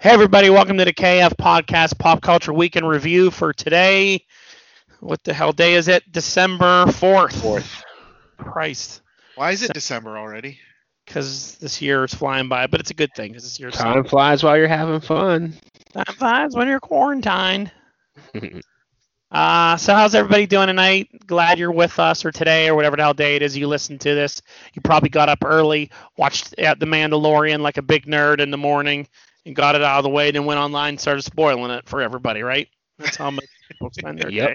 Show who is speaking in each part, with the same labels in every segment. Speaker 1: Hey, everybody, welcome to the KF Podcast Pop Culture Week in Review for today. What the hell day is it? December 4th.
Speaker 2: Fourth.
Speaker 1: Christ.
Speaker 3: Why is it December already?
Speaker 1: Because this year is flying by, but it's a good thing because this year's
Speaker 2: Time flies while you're having fun.
Speaker 1: time flies when you're quarantined. Uh, so how's everybody doing tonight? Glad you're with us, or today, or whatever the hell day it is you listen to this. You probably got up early, watched uh, The Mandalorian like a big nerd in the morning, and got it out of the way, then went online and started spoiling it for everybody, right? That's how most people spend their
Speaker 2: Yep.
Speaker 1: day.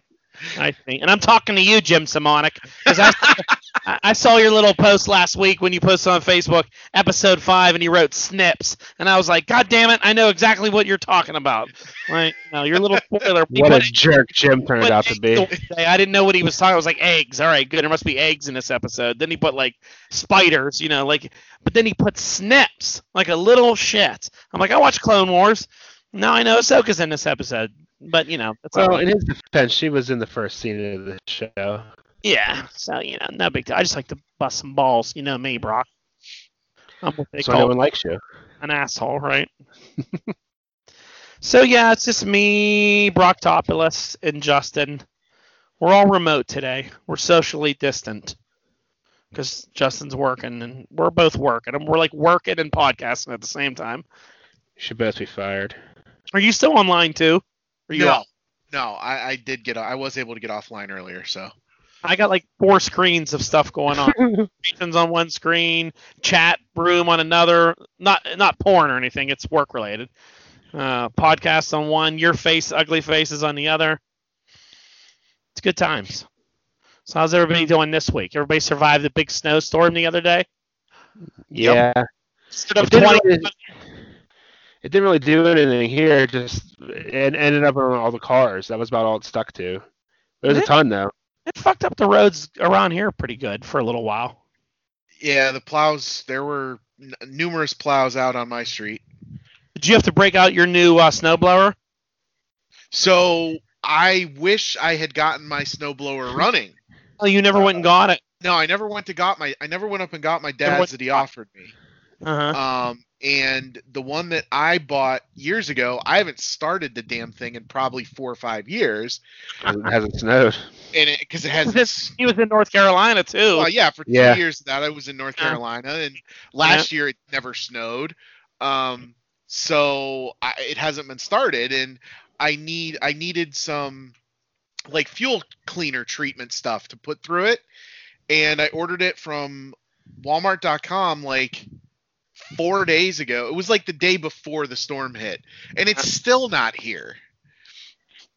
Speaker 1: I think, and I'm talking to you, Jim Simonic, 'cause I, I- I saw your little post last week when you posted on Facebook, episode five, and you wrote snips, and I was like, God damn it, I know exactly what you're talking about. Like, no, your little spoiler. You
Speaker 2: What a
Speaker 1: put it-
Speaker 2: jerk Jim turned
Speaker 1: put
Speaker 2: out to
Speaker 1: eggs
Speaker 2: be.
Speaker 1: the- I didn't know what he was talking. I was like eggs. All right, good. There must be eggs in this episode. Then he put like spiders, you know, like. But then he put snips, like a little shit. I'm like, I watch Clone Wars. Now I know Ahsoka's in this episode, but you know, it's all
Speaker 2: Well,
Speaker 1: right.
Speaker 2: in his defense, she was in the first scene of the show.
Speaker 1: yeah. So you know, no big deal. I just like to bust some balls, you know me, Brock. I'm what they
Speaker 2: so
Speaker 1: call
Speaker 2: no one likes you.
Speaker 1: an asshole, right? so yeah, it's just me, Brock Topoulos, and Justin. We're all remote today. We're socially distant because Justin's working and we're both working and we're like working and podcasting at the same time.
Speaker 2: You should both be fired.
Speaker 1: Are you still online too? Are you
Speaker 3: no,
Speaker 1: off?
Speaker 3: no, I, I did get. I was able to get offline earlier, so
Speaker 1: I got like four screens of stuff going on. Conversations on one screen, chat room on another. Not not porn or anything. It's work related. Uh, podcasts on one, your face, ugly faces on the other. It's good times. So how's everybody doing this week? Everybody survived the big snowstorm the other day.
Speaker 2: Yeah.
Speaker 1: Stood up
Speaker 2: It didn't
Speaker 1: 20.
Speaker 2: really- It didn't really do anything here. it Just it ended up on all the cars. That was about all it stuck to. There was a
Speaker 1: Yeah.
Speaker 2: ton though.
Speaker 1: It fucked up the roads around here pretty good for a little while.
Speaker 3: yeah, the plows. There were n- numerous plows out on my street.
Speaker 1: Did you have to break out your new uh, snowblower?
Speaker 3: So I wish I had gotten my snowblower running.
Speaker 1: Oh, you never went and got it.
Speaker 3: No, I never went to got my. I never went up and got my dad's
Speaker 1: went-
Speaker 3: that he offered me.
Speaker 1: Uh huh.
Speaker 3: Um, and the one that I bought years ago, I haven't started the damn thing in probably four or five years,
Speaker 2: 'cause It hasn't snowed.
Speaker 3: and it because it has
Speaker 1: This- He was in North Carolina too.
Speaker 3: Well, yeah, for two
Speaker 2: Yeah.
Speaker 3: years of that I was in North
Speaker 1: Yeah.
Speaker 3: Carolina, and last year it never snowed, um, so I, it hasn't been started, and I need I needed some like fuel cleaner treatment stuff to put through it, and I ordered it from Walmart.com like four days ago. It was like the day before the storm hit, and it's still not here.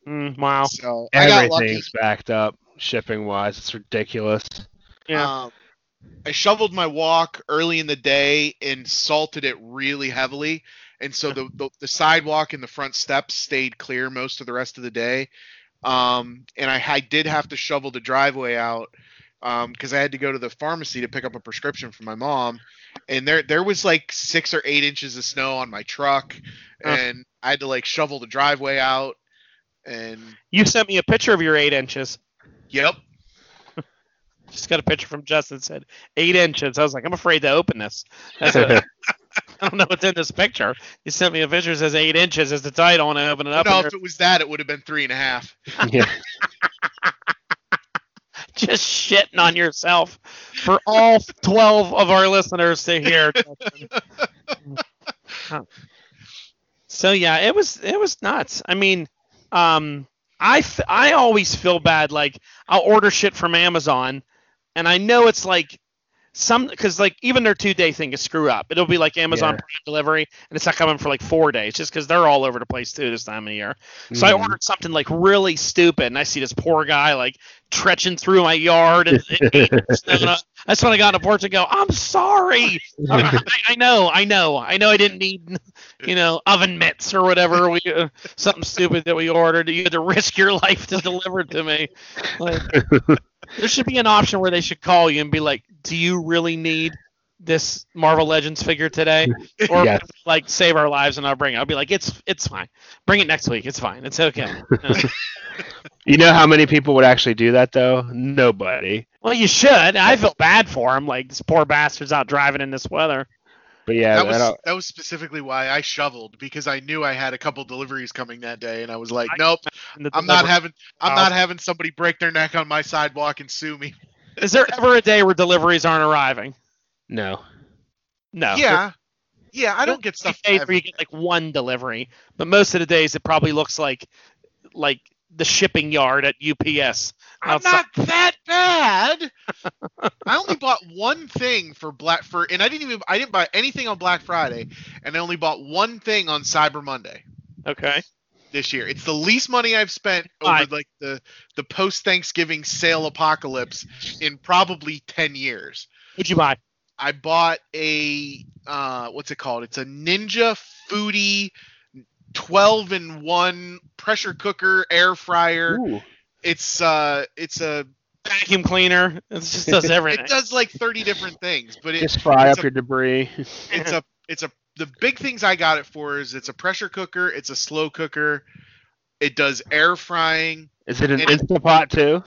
Speaker 1: Mm, wow.
Speaker 3: So I got lucky.
Speaker 2: Everything's backed up shipping wise. It's ridiculous.
Speaker 1: Yeah.
Speaker 3: Um, I shoveled my walk early in the day and salted it really heavily. And so the, the, the sidewalk and the front steps stayed clear most of the rest of the day. Um, and I, I did have to shovel the driveway out because I had to go to the pharmacy to pick up a prescription for my mom. And there there was like six or eight inches of snow on my truck,
Speaker 1: Huh.
Speaker 3: and I had to like shovel the driveway out. And
Speaker 1: You sent me a picture of your eight inches.
Speaker 3: yep,
Speaker 1: Just got a picture from Justin that said eight inches. I was like, I'm afraid to open this. That's I I don't know what's in this picture. You sent me a picture that says eight inches as the title, and I open it up.
Speaker 3: no,
Speaker 1: and
Speaker 3: if it was that, it would have been three and a half.
Speaker 2: yeah.
Speaker 1: you're just shitting on yourself for all 12 of our listeners to hear. Justin. so yeah, it was it was nuts. I mean, um, I f- I always feel bad. Like I'll order shit from Amazon, and I know it's like some because like even their two day thing is screw up. It'll be like Amazon
Speaker 2: Yeah.
Speaker 1: Prime delivery, and it's not coming for like four days, just because they're all over the place too this time of year. So I
Speaker 2: Mhm.
Speaker 1: ordered something like really stupid, and I see this poor guy like tretching through my yard. And, and that's when I got on the porch and go, "I'm sorry. I'm- I, I know, I know, I know. I didn't need, you know, oven mitts or whatever. We uh, something stupid that we ordered. You had to risk your life to deliver it to me. Like, there should be an option where they should call you and be like, "Do you really need?" This Marvel Legends figure today, or
Speaker 2: Yes.
Speaker 1: like save our lives and I'll bring it. I'll be like, it's it's fine. Bring it next week. It's fine. It's okay.
Speaker 2: You know how many people would actually do that though? Nobody.
Speaker 1: well, you should. I feel bad for him. Like this poor bastard's out driving in this weather.
Speaker 2: But yeah,
Speaker 3: that was
Speaker 2: that'll-
Speaker 3: that was specifically why I shoveled because I knew I had a couple deliveries coming that day, and I was like, nope, I'm not having I'm not having somebody break their neck on my sidewalk and sue me.
Speaker 1: Is there ever a day where deliveries aren't arriving?
Speaker 2: no.
Speaker 1: No.
Speaker 3: yeah, yeah, I don't get
Speaker 1: There's
Speaker 3: stuff.
Speaker 1: a few days where
Speaker 3: every-
Speaker 1: you get like one delivery, but most of the days it probably looks like like the shipping yard at UPS.
Speaker 3: I'm
Speaker 1: outside.
Speaker 3: not that bad. I only bought one thing for Black for, and I didn't even I didn't buy anything on Black Friday, and I only bought one thing on Cyber Monday
Speaker 1: Okay.
Speaker 3: this year. It's the least money I've spent over
Speaker 1: Right.
Speaker 3: like the the post Thanksgiving sale apocalypse in probably ten years.
Speaker 1: What'd you buy?
Speaker 3: I bought a uh, what's it called? It's a Ninja Foodie twelve in one pressure cooker air fryer.
Speaker 2: Ooh.
Speaker 3: It's uh it's a
Speaker 1: Vacuum cleaner. It just does everything.
Speaker 3: It does like 30 different things, but it,
Speaker 2: Just fry
Speaker 3: it's
Speaker 2: up
Speaker 3: a-
Speaker 2: your debris.
Speaker 3: it's a it's a the big things I got it for is it's a pressure cooker, it's a slow cooker, it does air frying.
Speaker 2: Is it an
Speaker 3: And-
Speaker 2: Instapot too?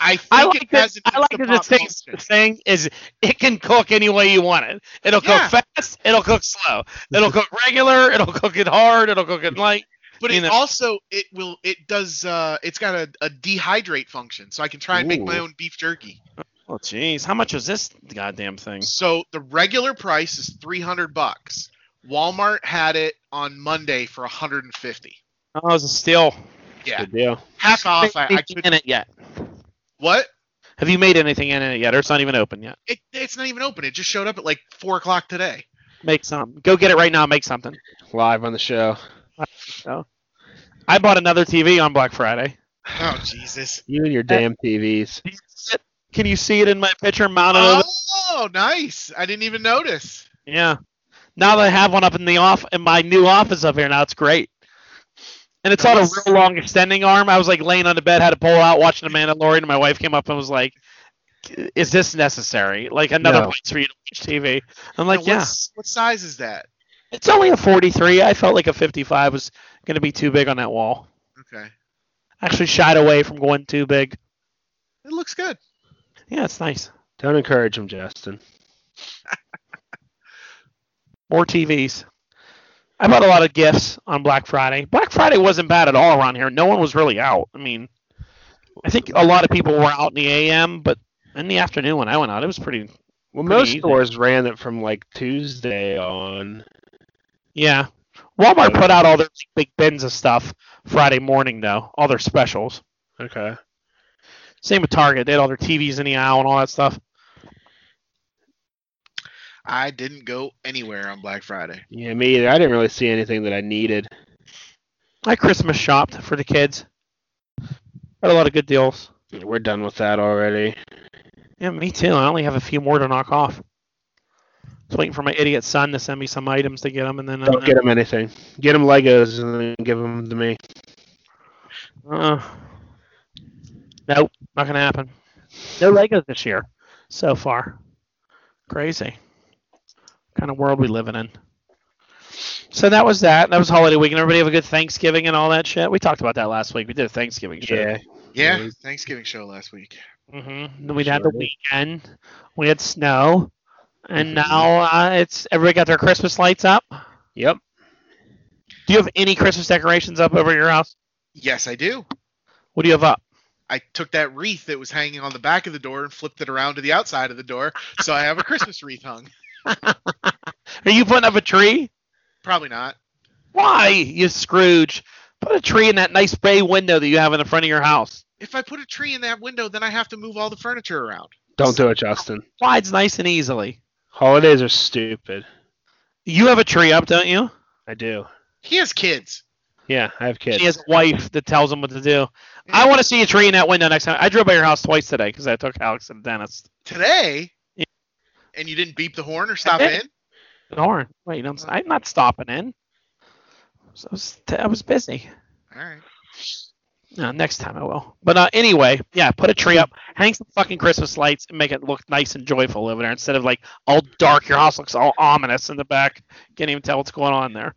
Speaker 3: I think
Speaker 1: I like
Speaker 3: it
Speaker 1: that.
Speaker 3: has an
Speaker 1: I like that
Speaker 3: Instapot
Speaker 1: this thing,
Speaker 3: function.
Speaker 1: this thing is it can cook any way you want it. It'll
Speaker 3: Yeah.
Speaker 1: cook fast. It'll cook slow. It'll cook regular. It'll cook it hard. It'll cook it light.
Speaker 3: But
Speaker 1: you
Speaker 3: it
Speaker 1: know.
Speaker 3: also it will it does uh it's got a, a dehydrate function, so I can try and make my
Speaker 2: Ooh.
Speaker 3: own beef jerky.
Speaker 1: Oh jeez, how much is this goddamn thing?
Speaker 3: So the regular price is 300 bucks. Walmart had it on Monday for 150.
Speaker 1: Oh, it's a steal.
Speaker 3: Yeah,
Speaker 2: Good deal.
Speaker 3: half off. I, I
Speaker 1: anything
Speaker 3: could
Speaker 1: in it yet?
Speaker 3: what?
Speaker 1: Have you made anything in it yet? Or it's not even open yet.
Speaker 3: It, it's not even open. It just showed up at like four o'clock today.
Speaker 1: Make some. Go get it right now. Make something.
Speaker 2: Live on the show.
Speaker 1: I bought another TV on Black Friday.
Speaker 3: Oh Jesus!
Speaker 2: You and your damn TVs.
Speaker 1: Can you see it? Can you see it in my picture mounted? over
Speaker 3: Oh,
Speaker 1: the-
Speaker 3: nice! I didn't even notice.
Speaker 1: Yeah. Now that I have one up in the off in my new office up here, now it's great. And it's on a
Speaker 3: Nice.
Speaker 1: real long extending arm. I was like laying on the bed, had to pull out watching The Mandalorian, and my wife came up and was like, "Is this necessary? Like another
Speaker 2: No.
Speaker 1: place for you to watch TV?" I'm
Speaker 3: Now,
Speaker 1: like, "Yeah."
Speaker 3: what's- What size is that?
Speaker 1: It's only a 43. I felt like a 55 was going to be too big on that wall.
Speaker 3: Okay,
Speaker 1: I actually shied away from going too big.
Speaker 3: it looks good.
Speaker 1: Yeah, it's nice.
Speaker 2: Don't encourage him, Justin.
Speaker 1: More TVs. I bought a lot of gifts on Black Friday. Black Friday wasn't bad at all around here. No one was really out. I mean, I think a lot of people were out in the AM, but in the afternoon when I went out, it was pretty.
Speaker 2: Well,
Speaker 1: Pretty
Speaker 2: most
Speaker 1: easy.
Speaker 2: stores ran it from like Tuesday on.
Speaker 1: Yeah. Walmart put out all their big bins of stuff Friday morning, though, all their specials.
Speaker 2: Okay.
Speaker 1: Same with Target. They had all their TVs in the aisle and all that stuff.
Speaker 3: I didn't go anywhere on Black Friday.
Speaker 2: Yeah, me either. I didn't really see anything that I needed.
Speaker 1: I Christmas shopped for the kids. Got a lot of good deals.
Speaker 2: We're done with that already.
Speaker 1: Yeah, me too. I only have a few more to knock off. Just waiting for my idiot son to send me some items to get them, and then uh,
Speaker 3: Uh-huh.
Speaker 2: Don't get him anything. Get him Legos and then give them to me.
Speaker 1: Uh, nope, not gonna happen. No Legos this year, so far. Crazy. Kind of world we living in. So that was that. That was holiday week, and everybody have a good Thanksgiving and all that shit. We talked about that last week. We did a Thanksgiving show.
Speaker 2: Yeah.
Speaker 3: Yeah,
Speaker 2: Really?
Speaker 3: Thanksgiving show last week.
Speaker 1: Mm-hmm. We had the
Speaker 2: Sure did.
Speaker 1: weekend. We had snow, and
Speaker 2: Mhm.
Speaker 1: now uh, it's everybody got their Christmas lights up.
Speaker 2: Yep.
Speaker 1: Do you have any Christmas decorations up over your house?
Speaker 3: Yes, I do.
Speaker 1: What do you have up?
Speaker 3: I took that wreath that was hanging on the back of the door and flipped it around to the outside of the door, so I have a Christmas wreath hung.
Speaker 1: Are you putting up a tree?
Speaker 3: Probably not.
Speaker 1: Why, you Scrooge? Put a tree in that nice bay window that you have in the front of your house.
Speaker 3: If I put a tree in that window, then I have to move all the furniture around.
Speaker 2: Don't do it, Justin.
Speaker 1: Slides nice and easily.
Speaker 2: Holidays are stupid.
Speaker 1: You have a tree up, don't you?
Speaker 2: I do.
Speaker 3: He has kids.
Speaker 2: Yeah, I have kids.
Speaker 1: He has a wife that tells him what to do. I want to see a tree in that window next time. I drove by your house twice today because I took Alex to the dentist.
Speaker 3: today.
Speaker 1: Yeah.
Speaker 3: And you didn't beep the horn or stop in.
Speaker 1: did. Darn. Wait, I'm, I'm not stopping in. So I was, I was busy.
Speaker 3: All right.
Speaker 1: No, Uh, next time I will. But uh, anyway, yeah, put a tree up, hang some fucking Christmas lights, and make it look nice and joyful over there instead of like all dark. Your house looks all ominous in the back. Can't even tell what's going on there.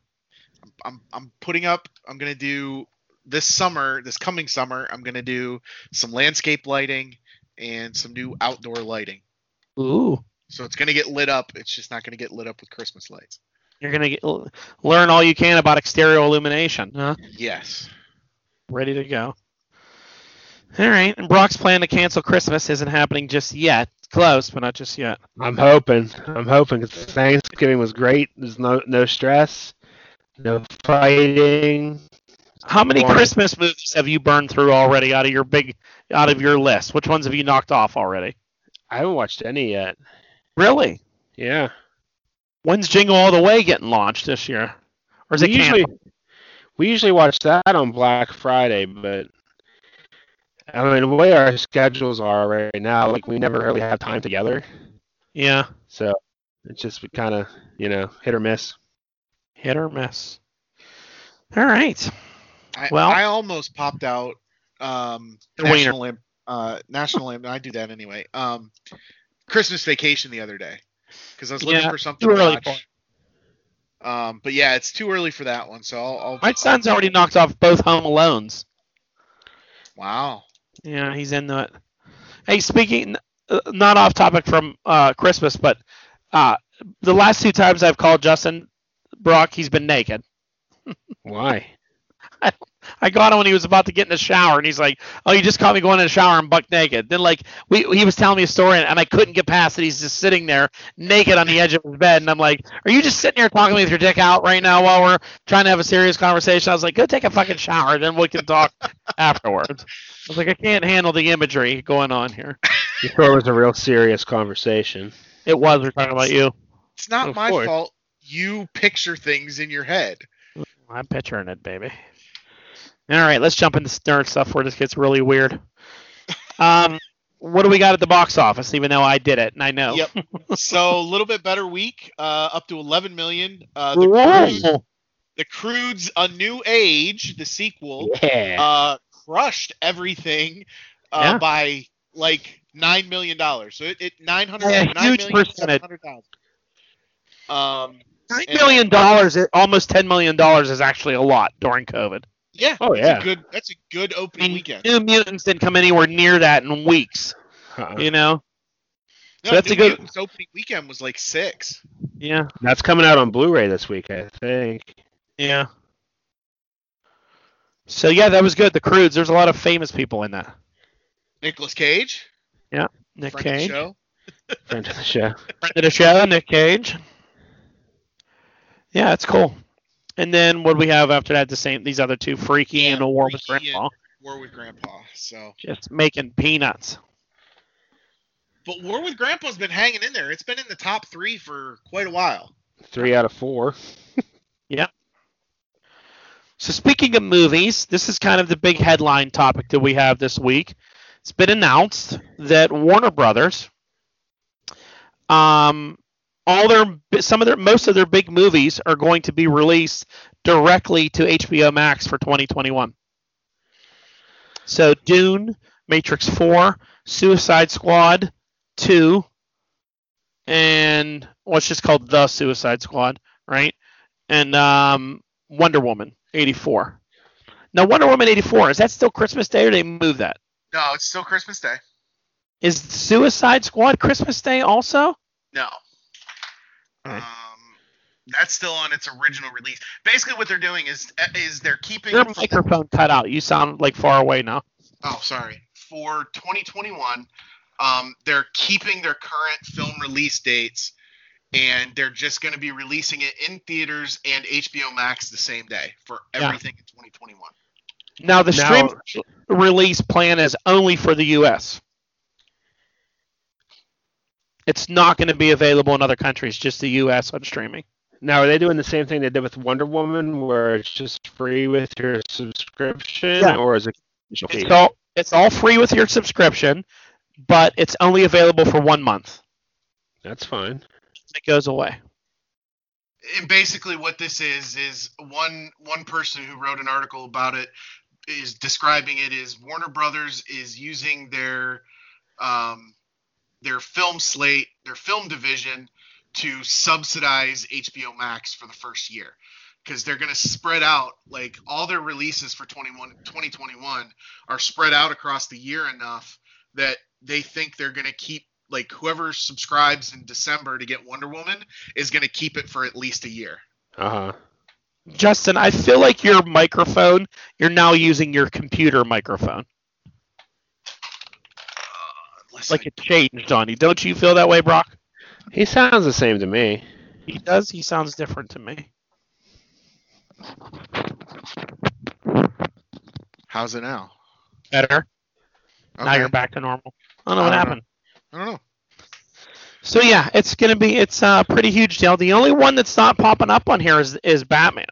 Speaker 3: I'm I'm putting up. I'm gonna do this summer, this coming summer. I'm gonna do some landscape lighting and some new outdoor lighting.
Speaker 1: Ooh,
Speaker 3: So it's going to get lit up. It's just not going to get lit up with Christmas lights.
Speaker 1: You're gonna get, l- learn all you can about exterior illumination. Huh?
Speaker 3: Yes.
Speaker 1: Ready to go. All right, and Brock's plan to cancel Christmas isn't happening just yet. Close, but not just yet.
Speaker 2: I'm hoping. I'm hoping 'cause Thanksgiving was great. There's no no stress, no fighting.
Speaker 1: How many
Speaker 2: Right.
Speaker 1: Christmas movies have you burned through already out of your big, out of your list? Which ones have you knocked off already?
Speaker 2: I haven't watched any yet.
Speaker 1: Really?
Speaker 2: Yeah.
Speaker 1: When's Jingle All the Way getting launched this year? Or is it
Speaker 2: we usually
Speaker 1: canceled?
Speaker 2: we usually watch that on Black Friday, but I mean the way our schedules are right now, like we never really have time together.
Speaker 1: Yeah,
Speaker 2: So it's just kind of you know hit or miss.
Speaker 1: hit or miss. All right.
Speaker 3: I,
Speaker 1: Well-
Speaker 3: I almost popped out um,
Speaker 1: The wiener.
Speaker 3: national Lamp- uh, national Lamp- I do that anyway. Um, Christmas Vacation the other day because I was looking
Speaker 1: Yeah,
Speaker 3: for something
Speaker 1: too
Speaker 3: to
Speaker 1: early
Speaker 3: watch. Um, but yeah, it's too early for that one. So I'll, I'll
Speaker 1: My son's already knocked off both Home Alones.
Speaker 3: wow.
Speaker 1: Yeah, he's in that. Hey, speaking, uh, not off topic from uh, Christmas, but uh, the last two times I've called Justin Brock, he's been naked.
Speaker 2: Why?
Speaker 1: I got him when he was about to get in the shower, and he's like, "Oh, you just caught me going in the shower and buck naked." Then like we, he was telling me a story, and, and I couldn't get past it. He's just sitting there naked on the edge of his bed, and I'm like, "Are you just sitting here talking with your dick out right now while we're trying to have a serious conversation?" I was like, "Go take a fucking shower, then we can talk afterwards." I was like, "I can't handle the imagery going on here."
Speaker 2: You sure it was a real serious conversation.
Speaker 1: It was we're talking about you.
Speaker 3: It's not
Speaker 1: Oh,
Speaker 2: Of
Speaker 3: my
Speaker 2: course.
Speaker 3: fault. You picture things in your head.
Speaker 1: I'm picturing it, baby. All right, let's jump into nerd stuff where this gets really weird. Um, what do we got at the box office? Even though I did it, and I know.
Speaker 3: Yep. so a little bit better week, uh, up to 11 million. Uh, the, Crude,
Speaker 1: Whoa.
Speaker 3: the Crude's A New Age, the sequel,
Speaker 2: Yeah.
Speaker 3: uh, crushed everything uh,
Speaker 1: Yeah.
Speaker 3: by like nine million dollars. So it, it nine hundred
Speaker 1: Yeah, huge percentage.
Speaker 3: Um,
Speaker 1: Nine million dollars, almost ten million dollars, is actually a lot during COVID.
Speaker 3: yeah,
Speaker 2: Oh,
Speaker 3: that's
Speaker 2: yeah.
Speaker 3: a good. That's a good
Speaker 1: I
Speaker 3: opening
Speaker 1: mean,
Speaker 3: weekend.
Speaker 1: New Mutants didn't come anywhere near that in weeks.
Speaker 2: Uh-uh.
Speaker 1: You know?
Speaker 3: No,
Speaker 1: that's a
Speaker 3: New
Speaker 1: good-
Speaker 3: Mutants opening weekend was like six.
Speaker 1: Yeah.
Speaker 2: That's coming out on Blu-ray this week, I think.
Speaker 1: Yeah. So yeah, that was good. The Crudes. There's a lot of famous people in that.
Speaker 3: Nicholas Cage,
Speaker 1: Nick
Speaker 3: friend of the
Speaker 1: Cage,
Speaker 3: show.
Speaker 2: Friend of the show.
Speaker 1: friend of the show, Nick Cage. Yeah, it's cool. And then what do we have after that? The same, these other two, Freaky
Speaker 3: Yeah,
Speaker 1: and a War with
Speaker 3: Freaky and-
Speaker 1: Grandpa,
Speaker 3: War with Grandpa. So,
Speaker 1: just making peanuts.
Speaker 3: but War with Grandpa's been hanging in there. It's been in the top three for quite a while.
Speaker 2: Three out of four.
Speaker 1: So speaking of movies, this is kind of the big headline topic that we have this week. It's been announced that Warner Brothers, um, all their some of their most of their big movies are going to be released directly to HBO Max for 2021. So Dune, Matrix 4, Suicide Squad 2, and what's just called The Suicide Squad, right? And um, Wonder Woman 84. Now, Wonder Woman 84, is that still Christmas Day or they move that?
Speaker 3: No, it's still Christmas Day.
Speaker 1: Is Suicide Squad Christmas Day also?
Speaker 3: No.
Speaker 1: Okay.
Speaker 3: Um, that's still on its original release. Basically, what they're doing is is they're keeping
Speaker 1: Your
Speaker 3: it for-
Speaker 1: microphone cut out. You sound like far away now.
Speaker 3: oh sorry for 2021. Um, they're keeping their current film release dates, and they're just going to be releasing it in theaters and HBO Max the same day for
Speaker 1: Yeah.
Speaker 3: everything in 2021.
Speaker 1: Now, the
Speaker 2: Now-
Speaker 1: stream release plan is only for the U.S., it's not going to be available in other countries, just the U.S. on streaming.
Speaker 2: Now, are they doing the same thing they did with Wonder Woman, where it's just free with your subscription,
Speaker 1: Yeah.
Speaker 2: or is it?
Speaker 1: It's all, it's all free with your subscription, but it's only available for one month.
Speaker 2: That's fine.
Speaker 1: It goes away.
Speaker 3: and basically what this is is one one person who wrote an article about it is describing it as Warner Brothers is using their um, their film slate, their film division to subsidize HBO Max for the first year because they're going to spread out like all their releases for 21 2021 are spread out across the year enough that they think they're going to keep like whoever subscribes in December to get Wonder Woman is going to keep it for at least a year.
Speaker 2: Uh huh.
Speaker 1: Justin, I feel like your microphone, you're now using your computer microphone.
Speaker 3: Unless
Speaker 1: Like it changed on you. Don't you feel that way, Brock?
Speaker 2: He sounds the same to me.
Speaker 1: He does. He sounds different to me.
Speaker 3: how's it now?
Speaker 1: Better. Now
Speaker 3: Okay.
Speaker 1: you're back to normal. I don't know what
Speaker 3: I don't know.
Speaker 1: happened.
Speaker 3: I don't know.
Speaker 1: So yeah, it's gonna be it's a pretty huge deal. The only one that's not popping up on here is is Batman.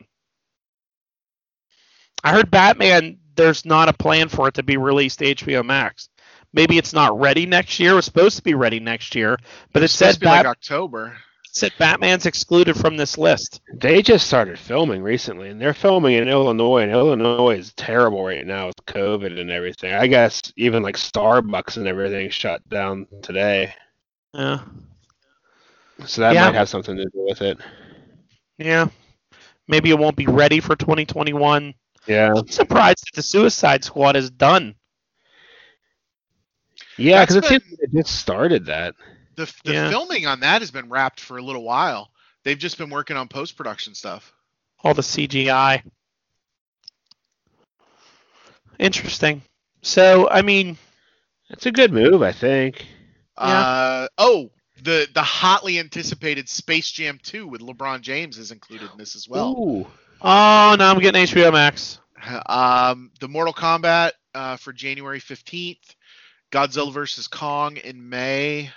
Speaker 1: I heard Batman. There's not a plan for it to be released to HBO Max. Maybe it's not ready next year. It was supposed to be ready next year, but it
Speaker 3: It's
Speaker 1: said,
Speaker 3: supposed to be like
Speaker 1: Bat-
Speaker 3: October.
Speaker 1: it said Batman's excluded from this list.
Speaker 2: They just started filming recently, and they're filming in Illinois, and Illinois is terrible right now with COVID and everything. I guess even like Starbucks and everything shut down today,
Speaker 1: Yeah,
Speaker 2: so that
Speaker 1: Yeah.
Speaker 2: might have something to do with it.
Speaker 1: yeah. Maybe it won't be ready for 2021.
Speaker 2: Yeah,
Speaker 1: I'm surprised that the Suicide Squad is done.
Speaker 2: yeah, because it
Speaker 3: That's
Speaker 2: seems like they just started that.
Speaker 3: The, f- the
Speaker 1: Yeah.
Speaker 3: filming on that has been wrapped for a little while. They've just been working on post production stuff.
Speaker 1: all the CGI. Interesting. So, I mean,
Speaker 2: It's a good move, I think.
Speaker 3: Uh, oh, the the hotly anticipated Space Jam 2 with LeBron James is included in this as well.
Speaker 2: Ooh.
Speaker 1: oh no, I'm getting HBO Max.
Speaker 3: Um, the Mortal Kombat uh, for January 15th, Godzilla vs Kong in May.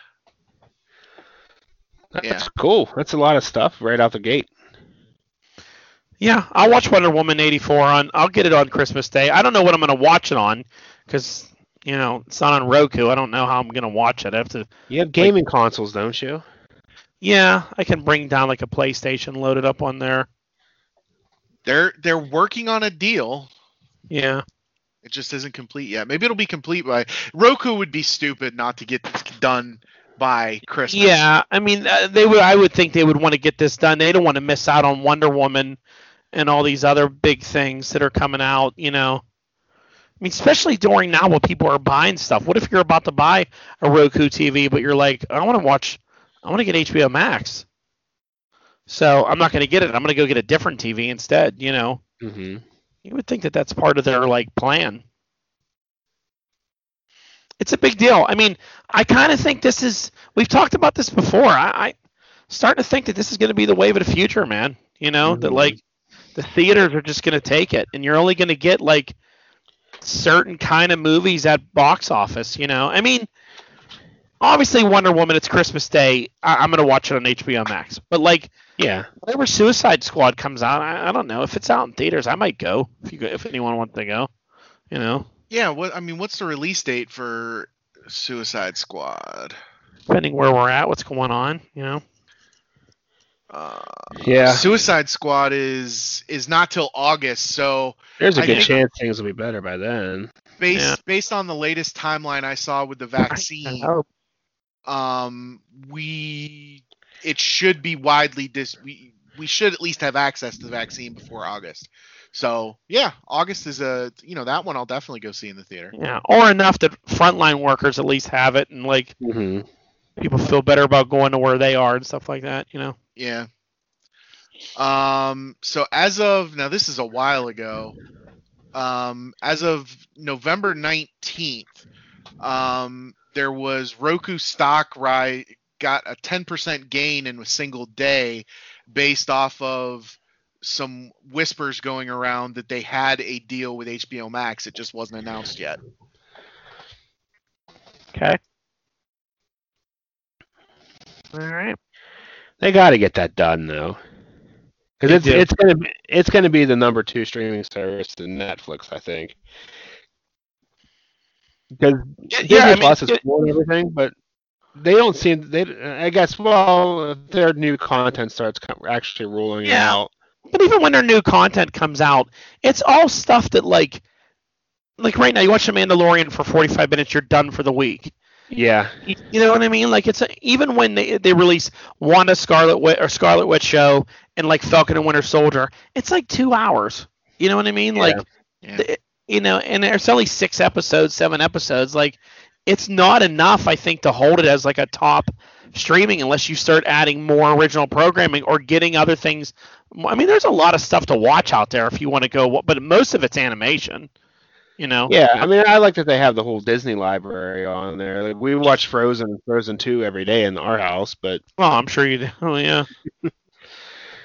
Speaker 2: that's
Speaker 3: Yeah.
Speaker 2: cool. That's a lot of stuff right out the gate.
Speaker 1: Yeah, I'll watch Wonder Woman 84 on. I'll get it on Christmas Day. I don't know what I'm going to watch it on because you know it's not on Roku. I don't know how I'm going to watch it. I have to.
Speaker 2: You have gaming consoles, don't you?
Speaker 1: Yeah, I can bring down like a PlayStation, load it up on there.
Speaker 3: They're they're working on a deal.
Speaker 1: Yeah.
Speaker 3: It just isn't complete yet. Maybe it'll be complete by Roku would be stupid not to get this done by Christmas.
Speaker 1: Yeah, I mean, uh, they would. I would think they would want to get this done. They don't want to miss out on Wonder Woman and all these other big things that are coming out. You know, I mean, especially during now when people are buying stuff. What if you're about to buy a Roku TV, but you're like, I want to watch, I want to get HBO Max. So I'm not going to get it. I'm going to go get a different TV instead. You know,
Speaker 2: Mm-hmm.
Speaker 1: you would think that that's part of their like plan. It's a big deal. I mean, I kind of think this is. We've talked about this before. I, I starting to think that this is going to be the wave of the future, man. You know that
Speaker 2: Mhm.
Speaker 1: like the theaters are just going to take it, and you're only going to get like certain kind of movies at box office. You know, I mean, obviously Wonder Woman. It's Christmas Day. I, I'm going to watch it on HBO Max. But like
Speaker 2: Yeah.
Speaker 1: whenever Suicide Squad comes out, I, I don't know if it's out in theaters. I might go if you go, if anyone wants to go. You know,
Speaker 3: Yeah, what I mean, what's the release date for Suicide Squad?
Speaker 1: depending where we're at, what's going on. You know,
Speaker 3: Uh,
Speaker 2: Yeah.
Speaker 3: Suicide Squad is is not till August, so
Speaker 2: There's a
Speaker 3: I
Speaker 2: good
Speaker 3: think-
Speaker 2: chance things will be better by then.
Speaker 3: based
Speaker 1: Yeah.
Speaker 3: based on the latest timeline I saw with the
Speaker 1: I
Speaker 3: vaccine,
Speaker 1: hope.
Speaker 3: um, we it should be widely dis we we should at least have access to the vaccine before August. So yeah, August is a you know that one I'll definitely go see in the theater.
Speaker 1: yeah, or enough that frontline workers at least have it, and like
Speaker 2: Mm-hmm.
Speaker 1: people feel better about going to where they are and stuff like that. You know,
Speaker 3: Yeah. Um, so as of now, this is a while ago. Um, as of November 19th, um, there was Roku stock ri got a 10% gain in a single day based off of some whispers going around that they had a deal with HBO Max. It just wasn't announced yet.
Speaker 1: okay. All right.
Speaker 2: They got to get that done though,
Speaker 1: They
Speaker 2: because it's
Speaker 1: do.
Speaker 2: it's gonna be, it's gonna be the number two streaming service to Netflix, I think. Because
Speaker 1: Yeah,
Speaker 2: Disney
Speaker 1: I mean,
Speaker 2: Plus is
Speaker 1: it-
Speaker 2: cool and everything, but they don't seem they. I guess well, if their new content starts co- actually rolling
Speaker 1: Yeah.
Speaker 2: out.
Speaker 1: But even when their new content comes out, it's all stuff that like, like right now you watch The Mandalorian for 45 minutes, you're done for the week.
Speaker 2: Yeah,
Speaker 1: You know what I mean? Like it's a, even when they they release Wanda Scarlet Witch or Scarlet Witch show and like Falcon and Winter Soldier, it's like two hours. You know what I mean? Like,
Speaker 3: Yeah.
Speaker 1: th- you know, and there's only six episodes, seven episodes. Like, it's not enough, I think, to hold it as like a top streaming unless you start adding more original programming or getting other things. I mean, there's a lot of stuff to watch out there if you want to go, but most of it's animation. You know.
Speaker 2: Yeah, I mean, I like that they have the whole Disney library on there. Like, we watch Frozen, Frozen Two every day in our house, but
Speaker 1: Well, I'm sure you do. Oh, yeah.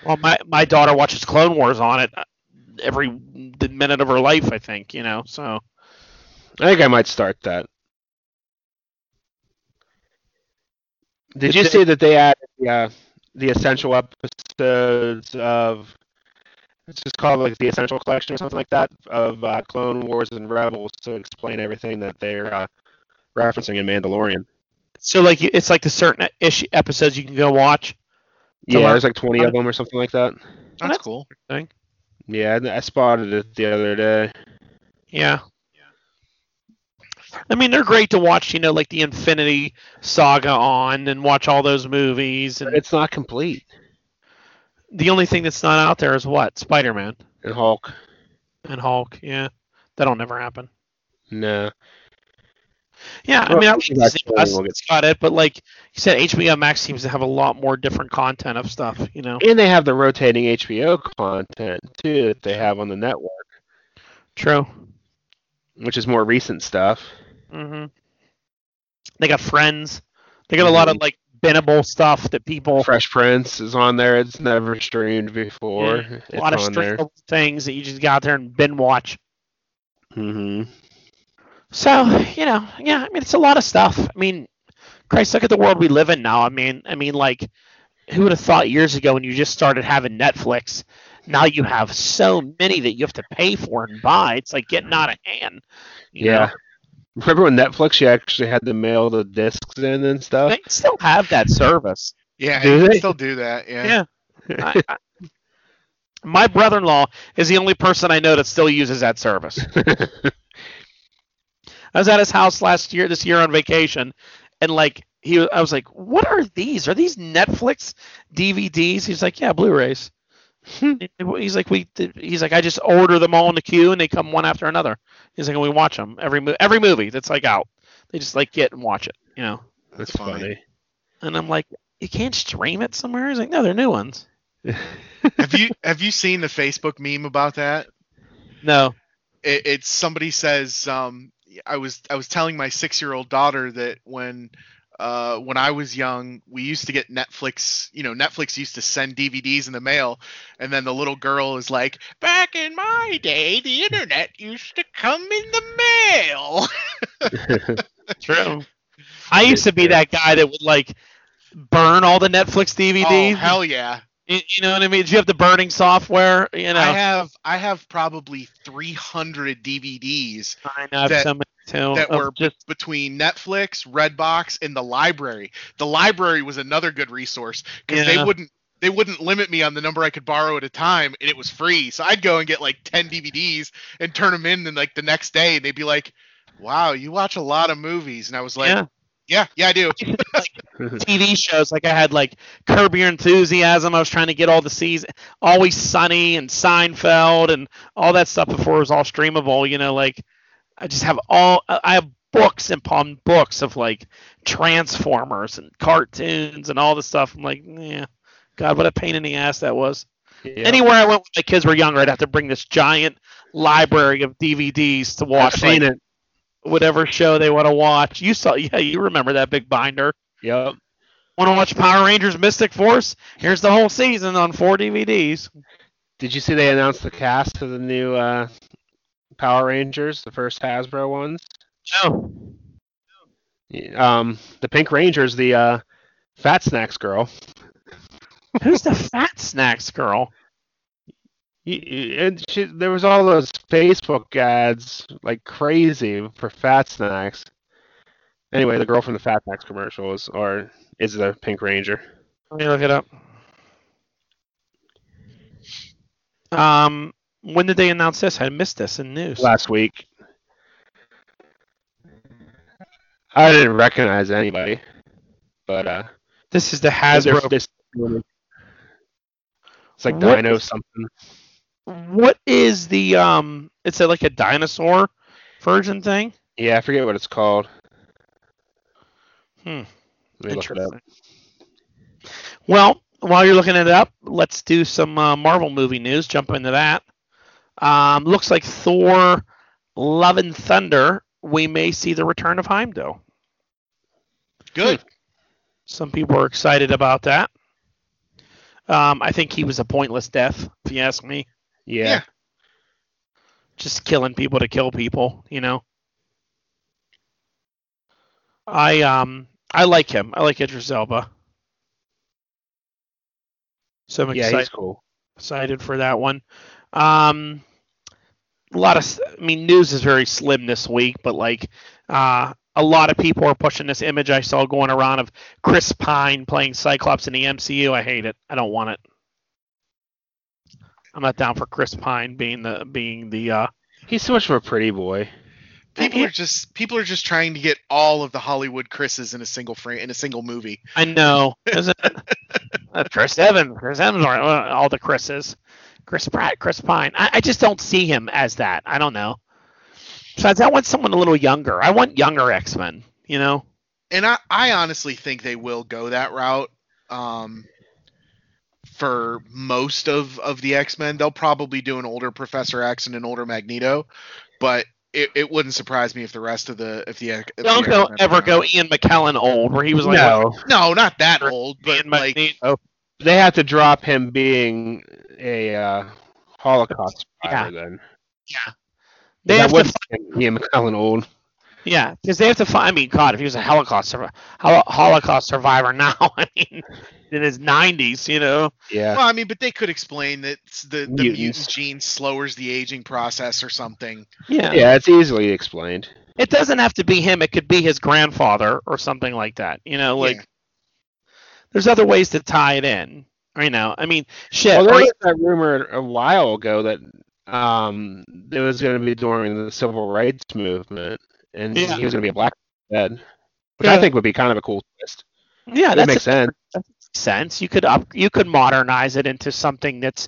Speaker 1: well, my my daughter watches Clone Wars on it uh, every minute of her life, I think. You know, so.
Speaker 2: I think I might start that. Did you see that they added the, uh, the essential episodes of it's just called like the essential collection or something like that of uh, Clone Wars and Rebels to explain everything that they're uh, referencing in Mandalorian?
Speaker 1: So like you- it's like the certain ish episodes you can go watch.
Speaker 2: Yeah, there's like 20 of them or something like that.
Speaker 3: That's cool.
Speaker 2: Yeah, I I spotted it the other day.
Speaker 1: Yeah. I mean, they're great to watch. You know, like the Infinity Saga on, and watch all those movies.
Speaker 2: But
Speaker 1: And
Speaker 2: it's not complete.
Speaker 1: the only thing that's not out there is what Spider Man
Speaker 2: And Hulk,
Speaker 1: and Hulk. Yeah, that'll never happen.
Speaker 2: no.
Speaker 1: Yeah, I
Speaker 2: Well,
Speaker 1: mean, I like
Speaker 2: that's
Speaker 1: Disney
Speaker 2: the
Speaker 1: Plus.
Speaker 2: only one
Speaker 1: It's got it, but like you said, HBO Max seems to have a lot more different content of stuff. You know,
Speaker 2: And they have the rotating HBO content too that they have on the network,
Speaker 1: true.
Speaker 2: which is more recent stuff. Mm-hmm.
Speaker 1: hmm They got Friends. They got a lot of
Speaker 2: Mm-hmm.
Speaker 1: like bingable stuff that people
Speaker 2: Fresh Prince is on there. It's never streamed before.
Speaker 1: Yeah,
Speaker 2: It's
Speaker 1: a lot of
Speaker 2: on there.
Speaker 1: streamable things that you just got out there and binge watch.
Speaker 2: hmm
Speaker 1: So you know, yeah, I mean, it's a lot of stuff. I mean, Christ, look at the world we live in now. I mean, I mean, like, who would have thought years ago when you just started having Netflix, now you have so many that you have to pay for and buy. It's like getting out of hand. you
Speaker 2: Yeah.
Speaker 1: know?
Speaker 2: Remember when Netflix, you actually had to mail the discs in and stuff?
Speaker 1: they still have that service.
Speaker 3: Yeah,
Speaker 2: Do
Speaker 3: you can
Speaker 2: they?
Speaker 3: still do that. Yeah.
Speaker 1: Yeah. I- I- my brother-in-law is the only person I know that still uses that service. I was at his house last year, this year on vacation, and like he, wa- I was like, "What are these? Are these Netflix DVDs?" He's like, "Yeah, Blu-rays." he's like, "We," did- he's like, "I just order them all in the queue, and they come one after another." He's like, "And we watch them every mo- every movie that's like out. They just like get and watch it, you know."
Speaker 2: That's
Speaker 3: Fine.
Speaker 2: funny.
Speaker 1: And I'm like, "You can't stream it somewhere?" He's like, "No, they're new ones."
Speaker 3: have you have you seen the Facebook meme about that?
Speaker 1: No.
Speaker 3: It, it's somebody says um, I was I was telling my six year old daughter that when uh, when I was young we used to get Netflix you know Netflix used to send DVDs in the mail and then the little girl is like back in my day the internet used to come in the mail.
Speaker 1: True. I used to be that guy that would like burn all the Netflix DVDs.
Speaker 3: oh hell yeah.
Speaker 1: Y- you know what I mean? Do you have the burning software? You know,
Speaker 3: I have I have probably 300 DVDs
Speaker 1: I know, I have
Speaker 3: that-
Speaker 1: so many too.
Speaker 3: that
Speaker 1: of
Speaker 3: were
Speaker 1: just
Speaker 3: between Netflix, Redbox, and the library. The library was another good resource because
Speaker 1: Yeah.
Speaker 3: they wouldn't they wouldn't limit me on the number I could borrow at a time, and it was free. So I'd go and get like 10 DVDs and turn them in, and like the next day they'd be like, "Wow, you watch a lot of movies," and I was like,
Speaker 1: Yeah.
Speaker 3: "Yeah, yeah, I do."
Speaker 1: TV shows. Like I had like Curb Your Enthusiasm. I was trying to get all the season, Always Sunny and Seinfeld and all that stuff before it was all streamable. You know, like I just have all I I have books upon books of like Transformers and cartoons and all this stuff. I'm like, yeah, God, what a pain in the ass that was.
Speaker 2: Yeah.
Speaker 1: Anywhere I went when my kids were younger, I'd have to bring this giant library of DVDs to
Speaker 2: I've
Speaker 1: watch. like,
Speaker 2: seen it.
Speaker 1: whatever show they want to watch. You saw, yeah, you remember that big binder.
Speaker 2: Yep.
Speaker 1: Want to watch Power Rangers Mystic Force? Here's the whole season on four DVDs.
Speaker 2: Did you see they announced the cast of the new uh, Power Rangers, the first Hasbro ones?
Speaker 1: Oh,
Speaker 2: Yeah, Um, the Pink Ranger's the uh, Fat Snacks girl.
Speaker 1: who's the fat snacks girl?
Speaker 2: Y- y- And she, there was all those Facebook ads like crazy for Fat Snacks. Anyway, the girl from the Fat Snacks commercial is, or is the Pink Ranger.
Speaker 1: Let me look it up. Um, when did they announce this? I missed this in news.
Speaker 2: last week. I didn't recognize anybody, but uh,
Speaker 1: This is the
Speaker 2: they're-
Speaker 1: Hasbro.
Speaker 2: they're- it's like
Speaker 1: What
Speaker 2: Dino
Speaker 1: is-
Speaker 2: something.
Speaker 1: What is the um? It's a, like a dinosaur version thing.
Speaker 2: Yeah, I forget what it's called.
Speaker 1: Hmm.
Speaker 2: Let me look it up.
Speaker 1: Well, while you're looking it up, let's do some uh, Marvel movie news. Jump into that. Um, looks like Thor: Love and Thunder. We may see the return of Heimdall.
Speaker 3: Good.
Speaker 1: Some people are excited about that. Um, I think he was a pointless death, if you ask me.
Speaker 2: Yeah.
Speaker 3: Yeah.
Speaker 1: Just killing people to kill people, you know. I um I like him. I like Idris Elba. So I'm
Speaker 2: Yeah,
Speaker 1: excited
Speaker 2: he's cool.
Speaker 1: excited for that one. Um, a lot of, s- I mean, news is very slim this week, but like uh, a lot of people are pushing this image I saw going around of Chris Pine playing Cyclops in the MCU. I hate it. I don't want it. I'm not down for Chris Pine being the being the. Uh,
Speaker 2: He's so much of a pretty boy.
Speaker 3: People are just people are just trying to get all of the Hollywood Chris's in a single frame in a single movie.
Speaker 1: I know, isn't it? Uh, Chris Evans, Chris Evans, or, uh, all the Chris's, Chris Pratt, Chris Pine. I, I just don't see him as that. I don't know. Besides, I want someone a little younger. I want younger X Men. You know,
Speaker 3: and I, I honestly think they will go that route um, for most of, of the x-men they'll probably do an older professor x and an older magneto but it, it wouldn't surprise me if the rest of the if the if the
Speaker 1: don't go,
Speaker 3: X-Men
Speaker 1: ever
Speaker 3: went
Speaker 1: go
Speaker 3: out.
Speaker 1: Ian McKellen old, where he was like
Speaker 2: no,
Speaker 3: no not that old but
Speaker 1: Ian
Speaker 3: like
Speaker 1: McNeil.
Speaker 2: they have to drop him being a uh, Holocaust survivor then.
Speaker 1: yeah. They have
Speaker 2: that
Speaker 1: to,
Speaker 2: would make Ian McKellen old.
Speaker 1: yeah, because they have to find. I mean, God, if he was a Holocaust survivor, Holocaust survivor now, I mean, in his 90s, you know,
Speaker 2: Yeah.
Speaker 3: well, i mean but they could explain that s- the, the
Speaker 2: Mutants.
Speaker 3: mutant gene slowers the aging process or something
Speaker 2: yeah, it's easily explained.
Speaker 1: It doesn't have to be him. It could be his grandfather or something like that. You know, like
Speaker 3: Yeah.
Speaker 1: there's other ways to tie it in. You know, I mean, shit.
Speaker 2: well, there
Speaker 1: or-
Speaker 2: was that rumor a while ago that um, it was going to be during the civil rights movement, and
Speaker 1: Yeah.
Speaker 2: he was going to be a black man, which I
Speaker 1: Yeah.
Speaker 2: think would be kind of a cool twist.
Speaker 1: yeah,
Speaker 2: that
Speaker 1: that
Speaker 2: makes
Speaker 1: makes
Speaker 2: sense.
Speaker 1: sense. You could up, you could modernize it into something that's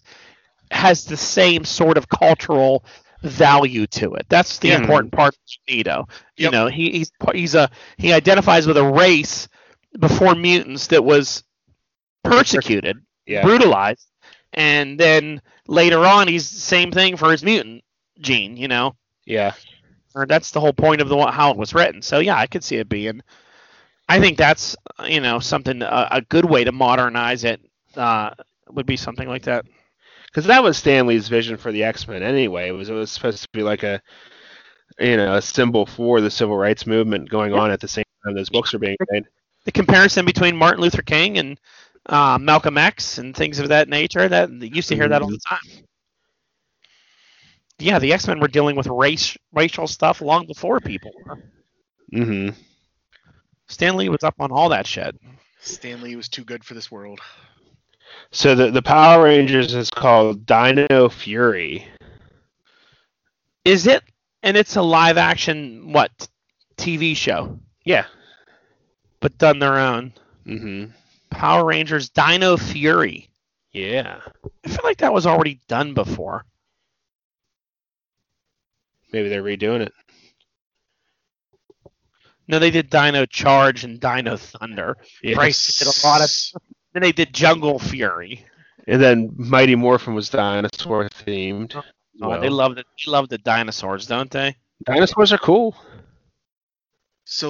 Speaker 1: has the same sort of cultural value to it. That's the
Speaker 2: Yeah.
Speaker 1: important part of Magneto. You
Speaker 3: Yep.
Speaker 1: know, he, he's he's a he identifies with a race before mutants that was persecuted.
Speaker 2: Yeah.
Speaker 1: brutalized, and then later on he's same thing for his mutant gene. You know,
Speaker 2: Yeah.
Speaker 1: or that's the whole point of the how it was written. So yeah, I could see it being. I think that's you know something a, a good way to modernize it uh, would be something like that.
Speaker 2: Because that was Stanley's vision for the X Men anyway. It was it was supposed to be like a you know a symbol for the civil rights movement going on at the same time those books are being made.
Speaker 1: The comparison between Martin Luther King and uh, Malcolm X and things of that nature that you used to hear that all the time. Yeah, the X Men were dealing with race racial stuff long before people. were.
Speaker 2: hmm
Speaker 1: Stanley was up on all that shit.
Speaker 3: stanley was too good for this world
Speaker 2: So the the Power Rangers is called Dino Fury.
Speaker 1: Is it? And it's a live action what TV show,
Speaker 2: Yeah.
Speaker 1: but done their own.
Speaker 2: hmm
Speaker 1: Power Rangers Dino Fury.
Speaker 2: Yeah.
Speaker 1: I feel like that was already done before.
Speaker 2: Maybe they're redoing it.
Speaker 1: No, they did Dino Charge and Dino Thunder.
Speaker 2: Yeah.
Speaker 1: Christ, they did a lot of. Then they did Jungle Fury.
Speaker 2: And then Mighty Morphin was dinosaur themed.
Speaker 1: Oh,
Speaker 2: Well,
Speaker 1: They love the they love the dinosaurs, don't they?
Speaker 2: dinosaurs are cool.
Speaker 3: so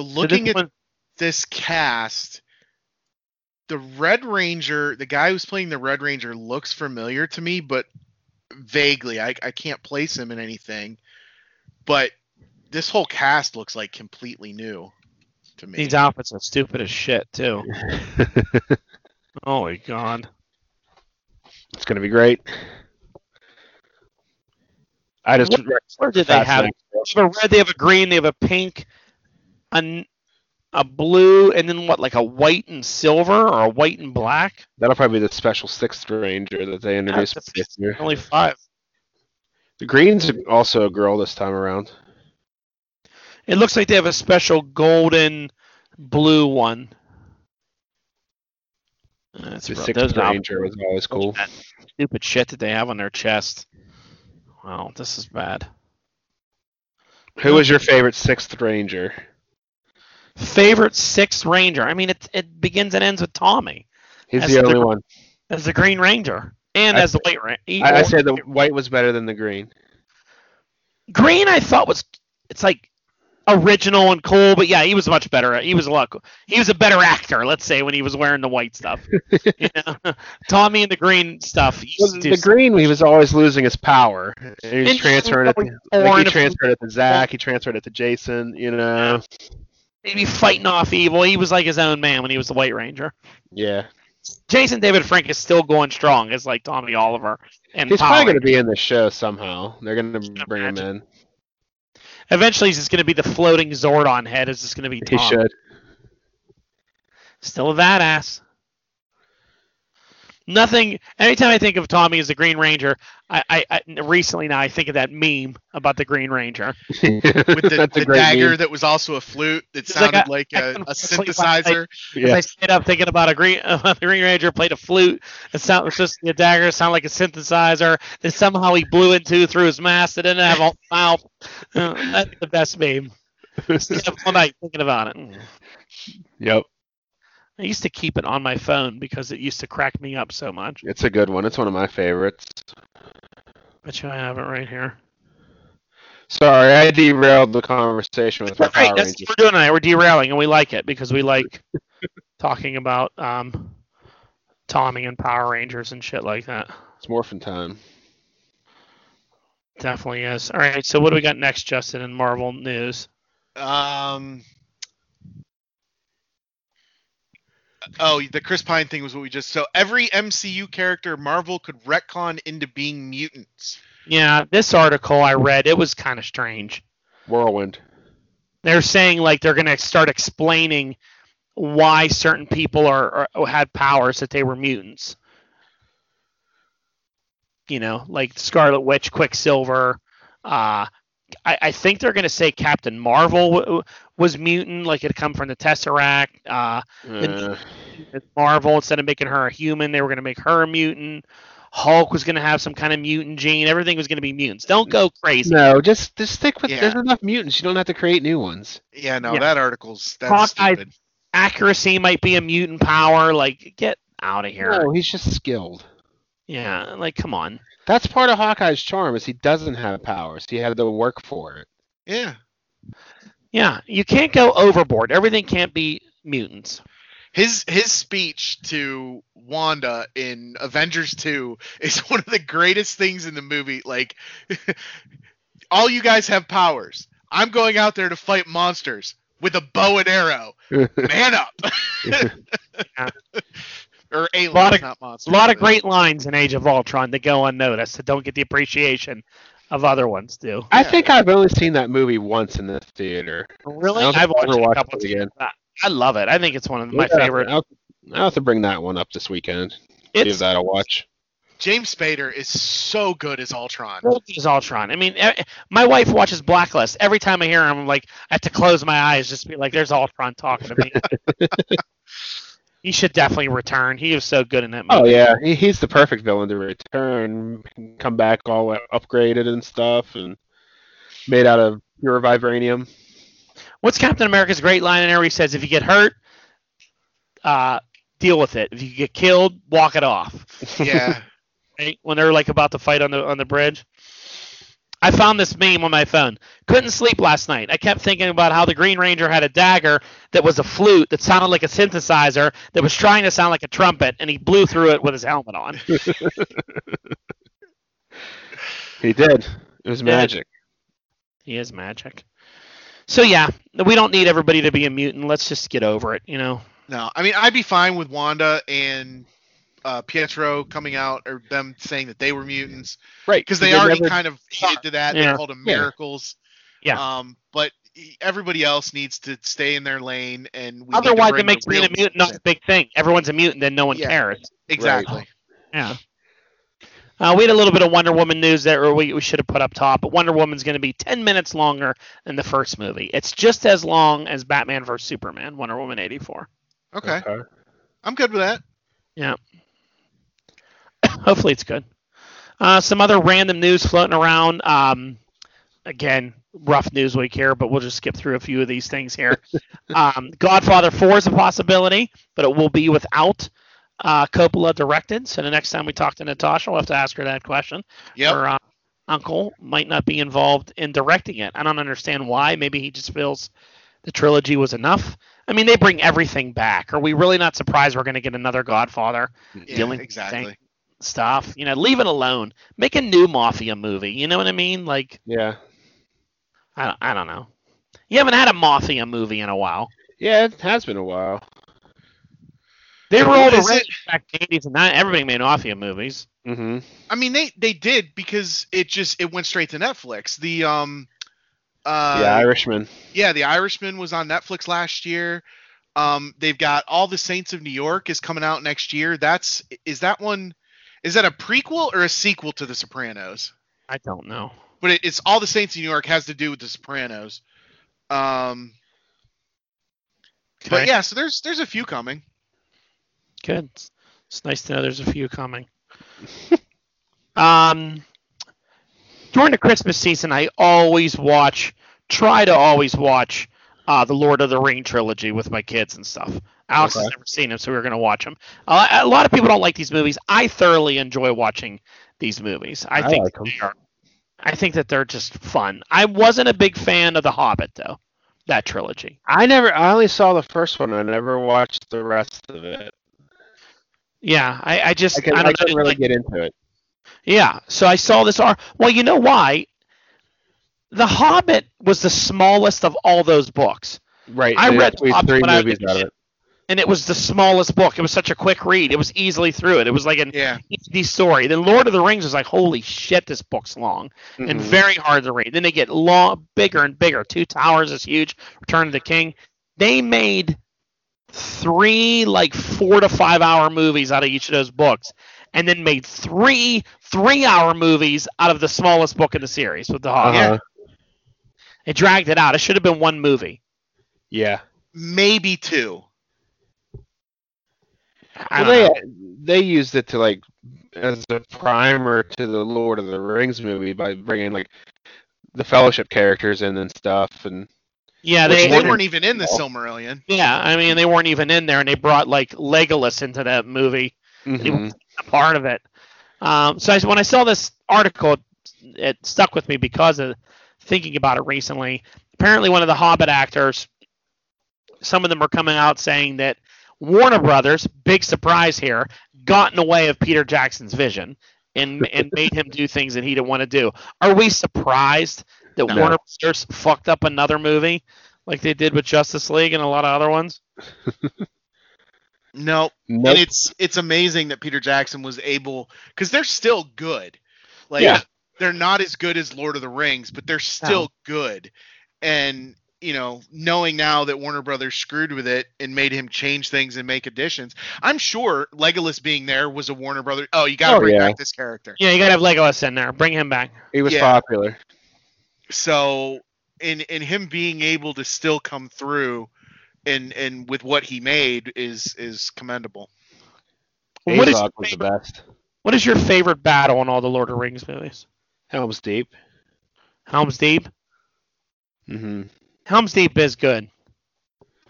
Speaker 1: So
Speaker 3: looking
Speaker 1: this
Speaker 3: at
Speaker 1: one-
Speaker 3: this cast, the Red Ranger, the guy who's playing the Red Ranger looks familiar to me, but vaguely. I, I can't place him in anything. But this whole cast looks like completely new to me.
Speaker 1: these outfits are stupid as shit too. Holy god!
Speaker 2: It's gonna be great. I just
Speaker 1: Where did they have They have a red, they have a green, they have a pink, a, n- a blue, and then what, like a white and silver or a white and black?
Speaker 2: That'll probably be the special sixth ranger that they introduced
Speaker 1: That's-
Speaker 2: this year.
Speaker 1: Only five.
Speaker 2: The green's also a girl this time around.
Speaker 1: It looks like they have a special golden blue one. That's
Speaker 2: The
Speaker 1: rough.
Speaker 2: sixth
Speaker 1: Those are
Speaker 2: ranger was always cool.
Speaker 1: that stupid shit that they have on their chest. Wow, this is bad.
Speaker 2: Who was your favorite sixth ranger?
Speaker 1: favorite sixth ranger. I mean, it it begins and ends with Tommy
Speaker 2: He's
Speaker 1: That's
Speaker 2: the
Speaker 1: the
Speaker 2: only
Speaker 1: gr-
Speaker 2: one.
Speaker 1: as the Green Ranger and
Speaker 2: I-
Speaker 1: as the White Ranger.
Speaker 2: I, I said the white was better than the green.
Speaker 1: Green, I thought was it's like original and cool, but yeah, he was much better. He was a lot. co- He was a better actor, let's say, when he was wearing the white stuff. you know? Tommy and the green stuff. he
Speaker 2: Well,
Speaker 1: used to
Speaker 2: the
Speaker 1: do
Speaker 2: green, he was always losing his power. And he was
Speaker 1: And-
Speaker 2: transferring it. To,
Speaker 1: Or
Speaker 2: like
Speaker 1: in
Speaker 2: he
Speaker 1: a-
Speaker 2: transferred it to Zach. He transferred it to Jason. You know.
Speaker 1: he'd be fighting off evil. He was like his own man when he was the White Ranger.
Speaker 2: Yeah.
Speaker 1: Jason David Frank is still going strong as like Tommy Oliver and
Speaker 2: He's
Speaker 1: Polly.
Speaker 2: probably going to be in this show somehow. They're going to bring him in.
Speaker 1: Eventually, he's just going to be the floating Zordon head. Is just going to be
Speaker 2: He
Speaker 1: Tom.
Speaker 2: should.
Speaker 1: Still a badass. Nothing. Anytime I think of Tommy as the Green Ranger, I, I, I recently now I think of that meme about the Green Ranger.
Speaker 3: with the,
Speaker 2: That's a
Speaker 3: the
Speaker 2: great
Speaker 3: dagger
Speaker 2: meme.
Speaker 3: that was also a flute that
Speaker 1: It's like
Speaker 3: sounded like
Speaker 1: I
Speaker 3: a,
Speaker 1: couldn't
Speaker 3: a
Speaker 1: sleep last
Speaker 3: synthesizer.
Speaker 1: As
Speaker 2: Yeah.
Speaker 1: I stayed up thinking about a Green, the Green Ranger played a flute. It sounded was just a dagger. It sounded like a synthesizer that somehow he blew into through his mask. That didn't have a mouth. Uh, That's the best meme. Stayed up all night thinking about it. Mm.
Speaker 2: yep.
Speaker 1: I used to keep it on my phone because it used to crack me up so much.
Speaker 2: It's a good one. It's one of my favorites.
Speaker 1: But you I have it right here.
Speaker 2: Sorry, I derailed the conversation with my
Speaker 1: Right,
Speaker 2: Power
Speaker 1: that's
Speaker 2: Rangers.
Speaker 1: what we're doing tonight. We're derailing, and we like it because we like talking about um, Tommy and Power Rangers and shit like that.
Speaker 2: It's morphin' time.
Speaker 1: Definitely is. All right, so what do we got next, Justin, in Marvel news?
Speaker 3: Um. Oh, the Chris Pine thing was what we just. So every MCU character Marvel could retcon into being mutants.
Speaker 1: Yeah, this article I read, it was kind of strange.
Speaker 2: Whirlwind.
Speaker 1: They're saying like they're going to start explaining why certain people are, are had powers that they were mutants. You know, like Scarlet Witch, Quicksilver. Uh, I, I think they're going to say Captain Marvel w- w- was mutant, like it come from the Tesseract. Uh,
Speaker 2: Uh,
Speaker 1: it's Marvel instead of making her a human, they were going to make her a mutant. Hulk was going to have some kind of mutant gene. Everything was going to be mutants. Don't go crazy.
Speaker 2: no, just just stick with.
Speaker 3: Yeah.
Speaker 2: There's enough mutants. You don't have to create new ones.
Speaker 3: Yeah, no,
Speaker 1: Yeah.
Speaker 3: that article's that's
Speaker 1: Hawkeye-
Speaker 3: stupid.
Speaker 1: Accuracy might be a mutant power. Like, get out of here.
Speaker 2: No, he's just skilled.
Speaker 1: Yeah, like come on.
Speaker 2: That's part of Hawkeye's charm is he doesn't have powers. He had to work for it.
Speaker 3: Yeah,
Speaker 1: Yeah, you can't go overboard. Everything can't be mutants.
Speaker 3: his his speech to Wanda in Avengers Two is one of the greatest things in the movie. Like, all you guys have powers. I'm going out there to fight monsters with a bow and arrow. Man up. or aliens,
Speaker 1: Lot of-
Speaker 3: not monsters.
Speaker 1: A lot of
Speaker 3: but-
Speaker 1: great lines in Age of Ultron that go unnoticed that don't get the appreciation of other ones do.
Speaker 2: I
Speaker 3: Yeah.
Speaker 2: think I've only seen that movie once in the theater.
Speaker 1: Really,
Speaker 2: I don't
Speaker 1: I've
Speaker 2: think I've
Speaker 1: watched
Speaker 2: ever
Speaker 1: it a
Speaker 2: watched
Speaker 1: couple
Speaker 2: it
Speaker 1: times.
Speaker 2: again.
Speaker 1: I love it. I think it's one of my
Speaker 2: Yeah,
Speaker 1: favorite.
Speaker 2: I'll, I'll have to bring that one up this weekend. Give
Speaker 1: It's
Speaker 2: that a watch.
Speaker 3: James Spader is so good as Ultron.
Speaker 1: Age of Ultron. I mean, e- my wife watches Blacklist. Every time I hear him, I'm like, I have to close my eyes just to be like, "There's Ultron talking to me." he should definitely return. He was so good in that movie.
Speaker 2: Oh yeah, he, he's the perfect villain to return, come back all upgraded and stuff, and made out of pure vibranium.
Speaker 1: What's Captain America's great line in there where he says, if you get hurt, uh, deal with it. If you get killed, walk it off.
Speaker 3: Yeah.
Speaker 1: Right? When they're like about to fight on the on the bridge. I found this meme on my phone. Couldn't sleep last night. I kept thinking about how the Green Ranger had a dagger that was a flute that sounded like a synthesizer that was trying to sound like a trumpet, and he blew through it with his helmet on.
Speaker 2: He did. It was magic.
Speaker 1: He is magic. So yeah, we don't need everybody to be a mutant. Let's just get over it, you know.
Speaker 3: No, I mean I'd be fine with Wanda and uh, Pietro coming out or them saying that they were mutants
Speaker 2: Right,
Speaker 3: because they already kind of hinted to that.
Speaker 1: Yeah.
Speaker 3: They called them
Speaker 2: Yeah.
Speaker 3: miracles.
Speaker 1: Yeah.
Speaker 3: Um, but e- everybody else needs to stay in their lane, and we need to
Speaker 1: Otherwise,
Speaker 3: bring
Speaker 1: it makes
Speaker 3: the
Speaker 1: being
Speaker 3: real
Speaker 1: a mutant not a
Speaker 3: mutants
Speaker 1: big thing. Everyone's a mutant, then no one
Speaker 3: Yeah.
Speaker 1: cares.
Speaker 3: in. Exactly.
Speaker 1: Yeah. Uh, we had a little bit of Wonder Woman news that we, we should have put up top, but Wonder Woman's going to be 10 minutes longer than the first movie. It's just as long as Batman vs. Superman, Wonder Woman 84.
Speaker 3: Okay,
Speaker 2: Uh-huh.
Speaker 3: I'm good with that.
Speaker 1: Hopefully, it's good. Uh, some other random news floating around. Um, again, rough Newsweek here, but we'll just skip through a few of these things here. um, Godfather 4 is a possibility, but it will be without uh, Coppola directed. So the next time we talk to Natasha, we'll have to ask her that question.
Speaker 3: Yep.
Speaker 1: Her uh, uncle might not be involved in directing it. I don't understand why. Maybe he just feels the trilogy was enough. I mean, they bring everything back. Are we really not surprised we're going to get another Godfather
Speaker 3: Yeah,
Speaker 1: dealing with
Speaker 3: exactly.
Speaker 1: thing- stuff? You know, leave it alone. Make a new mafia movie. You know what I mean? Like,
Speaker 2: Yeah.
Speaker 1: I don't, I don't know. You haven't had a mafia movie in a while.
Speaker 2: Yeah, it has been a while.
Speaker 1: They
Speaker 3: So
Speaker 1: were all
Speaker 3: what
Speaker 1: the
Speaker 3: is
Speaker 1: rage back in the 80s and 90s. Everybody made mafia movies.
Speaker 2: hmm
Speaker 3: I mean, they they did because it just it went straight to Netflix. The um, uh,
Speaker 2: yeah, Irishman.
Speaker 3: yeah, The Irishman was on Netflix last year. Um, they've got All the Saints of New York is coming out next year. That's is that one? Is that a prequel or a sequel to The Sopranos?
Speaker 1: I don't know.
Speaker 3: But it, it's All the Saints of New York has to do with The Sopranos. Um,
Speaker 1: Okay.
Speaker 3: but yeah, so there's there's a few coming.
Speaker 1: Good. It's, it's nice to know there's a few coming. um, during the Christmas season, I always watch, try to always watch uh, the Lord of the Ring trilogy with my kids and stuff. Alex has
Speaker 2: Okay.
Speaker 1: never seen them, so we are going to watch them. Uh, a lot of people don't like these movies. I thoroughly enjoy watching these movies. I,
Speaker 2: I
Speaker 1: think
Speaker 2: like 'em.
Speaker 1: they are. I think that they're just fun. I wasn't a big fan of The Hobbit though, that trilogy.
Speaker 2: I never. I only saw the first one. I never watched the rest of it.
Speaker 1: Yeah, I, I just
Speaker 2: I,
Speaker 1: I
Speaker 2: can, I,
Speaker 1: don't know,
Speaker 2: couldn't
Speaker 1: just
Speaker 2: really
Speaker 1: like-
Speaker 2: get into it.
Speaker 1: Yeah. So I saw this art. Well, you know why? The Hobbit was the smallest of all those books,
Speaker 2: Right.
Speaker 1: I
Speaker 2: they
Speaker 1: read
Speaker 2: squeezed
Speaker 1: Hobbs
Speaker 2: three
Speaker 1: when I was
Speaker 2: movies
Speaker 1: a
Speaker 2: out of
Speaker 1: kid.
Speaker 2: it.
Speaker 1: and it was the smallest book. It was such a quick read. It was easily through it. It was like an
Speaker 3: Yeah,
Speaker 1: easy story. Then Lord of the Rings was like, holy shit, this book's long and
Speaker 2: Mhm.
Speaker 1: very hard to read. Then they get long, bigger and bigger. Two Towers is huge. Return of the King. They made three like four to five hour movies out of each of those books, and then made three three hour movies out of the smallest book in the series with the Hobbit.
Speaker 2: Uh-huh.
Speaker 1: It dragged it out. It should have been one movie.
Speaker 2: Yeah.
Speaker 3: maybe two.
Speaker 1: I don't
Speaker 2: Well,
Speaker 1: know.
Speaker 2: they, they used it to like as a primer to the Lord of the Rings movie by bringing like the Fellowship characters in and stuff, and
Speaker 1: Yeah,
Speaker 3: Which
Speaker 1: they,
Speaker 3: they weren't even in the
Speaker 2: Well.
Speaker 3: Silmarillion.
Speaker 1: Yeah, I mean they weren't even in there, and they brought like Legolas into that movie. It
Speaker 2: Mhm.
Speaker 1: was a part of it. Um, so I, when I saw this article, it stuck with me because of thinking about it recently. Apparently, one of the Hobbit actors, some of them are coming out saying that Warner Brothers, big surprise here, got in the way of Peter Jackson's vision and and made him do things that he didn't want to do. Are we surprised that
Speaker 2: No.
Speaker 1: Warner Brothers fucked up another movie like they did with Justice League and a lot of other ones?
Speaker 3: No,
Speaker 2: Nope.
Speaker 3: and it's it's amazing that Peter Jackson was able because they're still good. Like
Speaker 2: Yeah.
Speaker 3: they're not as good as Lord of the Rings, but they're still good. And you know, knowing now that Warner Brothers screwed with it and made him change things and make additions, I'm sure Legolas being there was a Warner Brothers. Oh, you got to
Speaker 2: Oh,
Speaker 3: bring
Speaker 2: yeah.
Speaker 3: back this character.
Speaker 1: Yeah, you gotta have Legolas in there. Bring him back.
Speaker 2: It was
Speaker 3: yeah.
Speaker 2: popular.
Speaker 3: So, in in him being able to still come through, and and with what he made is is commendable.
Speaker 1: What is
Speaker 2: Azog
Speaker 1: your
Speaker 2: was the
Speaker 1: favorite-
Speaker 2: best.
Speaker 1: What is your favorite battle in all the Lord of the Rings movies?
Speaker 2: Helm's Deep.
Speaker 1: Helm's Deep.
Speaker 2: hmm
Speaker 1: Helm's Deep is good.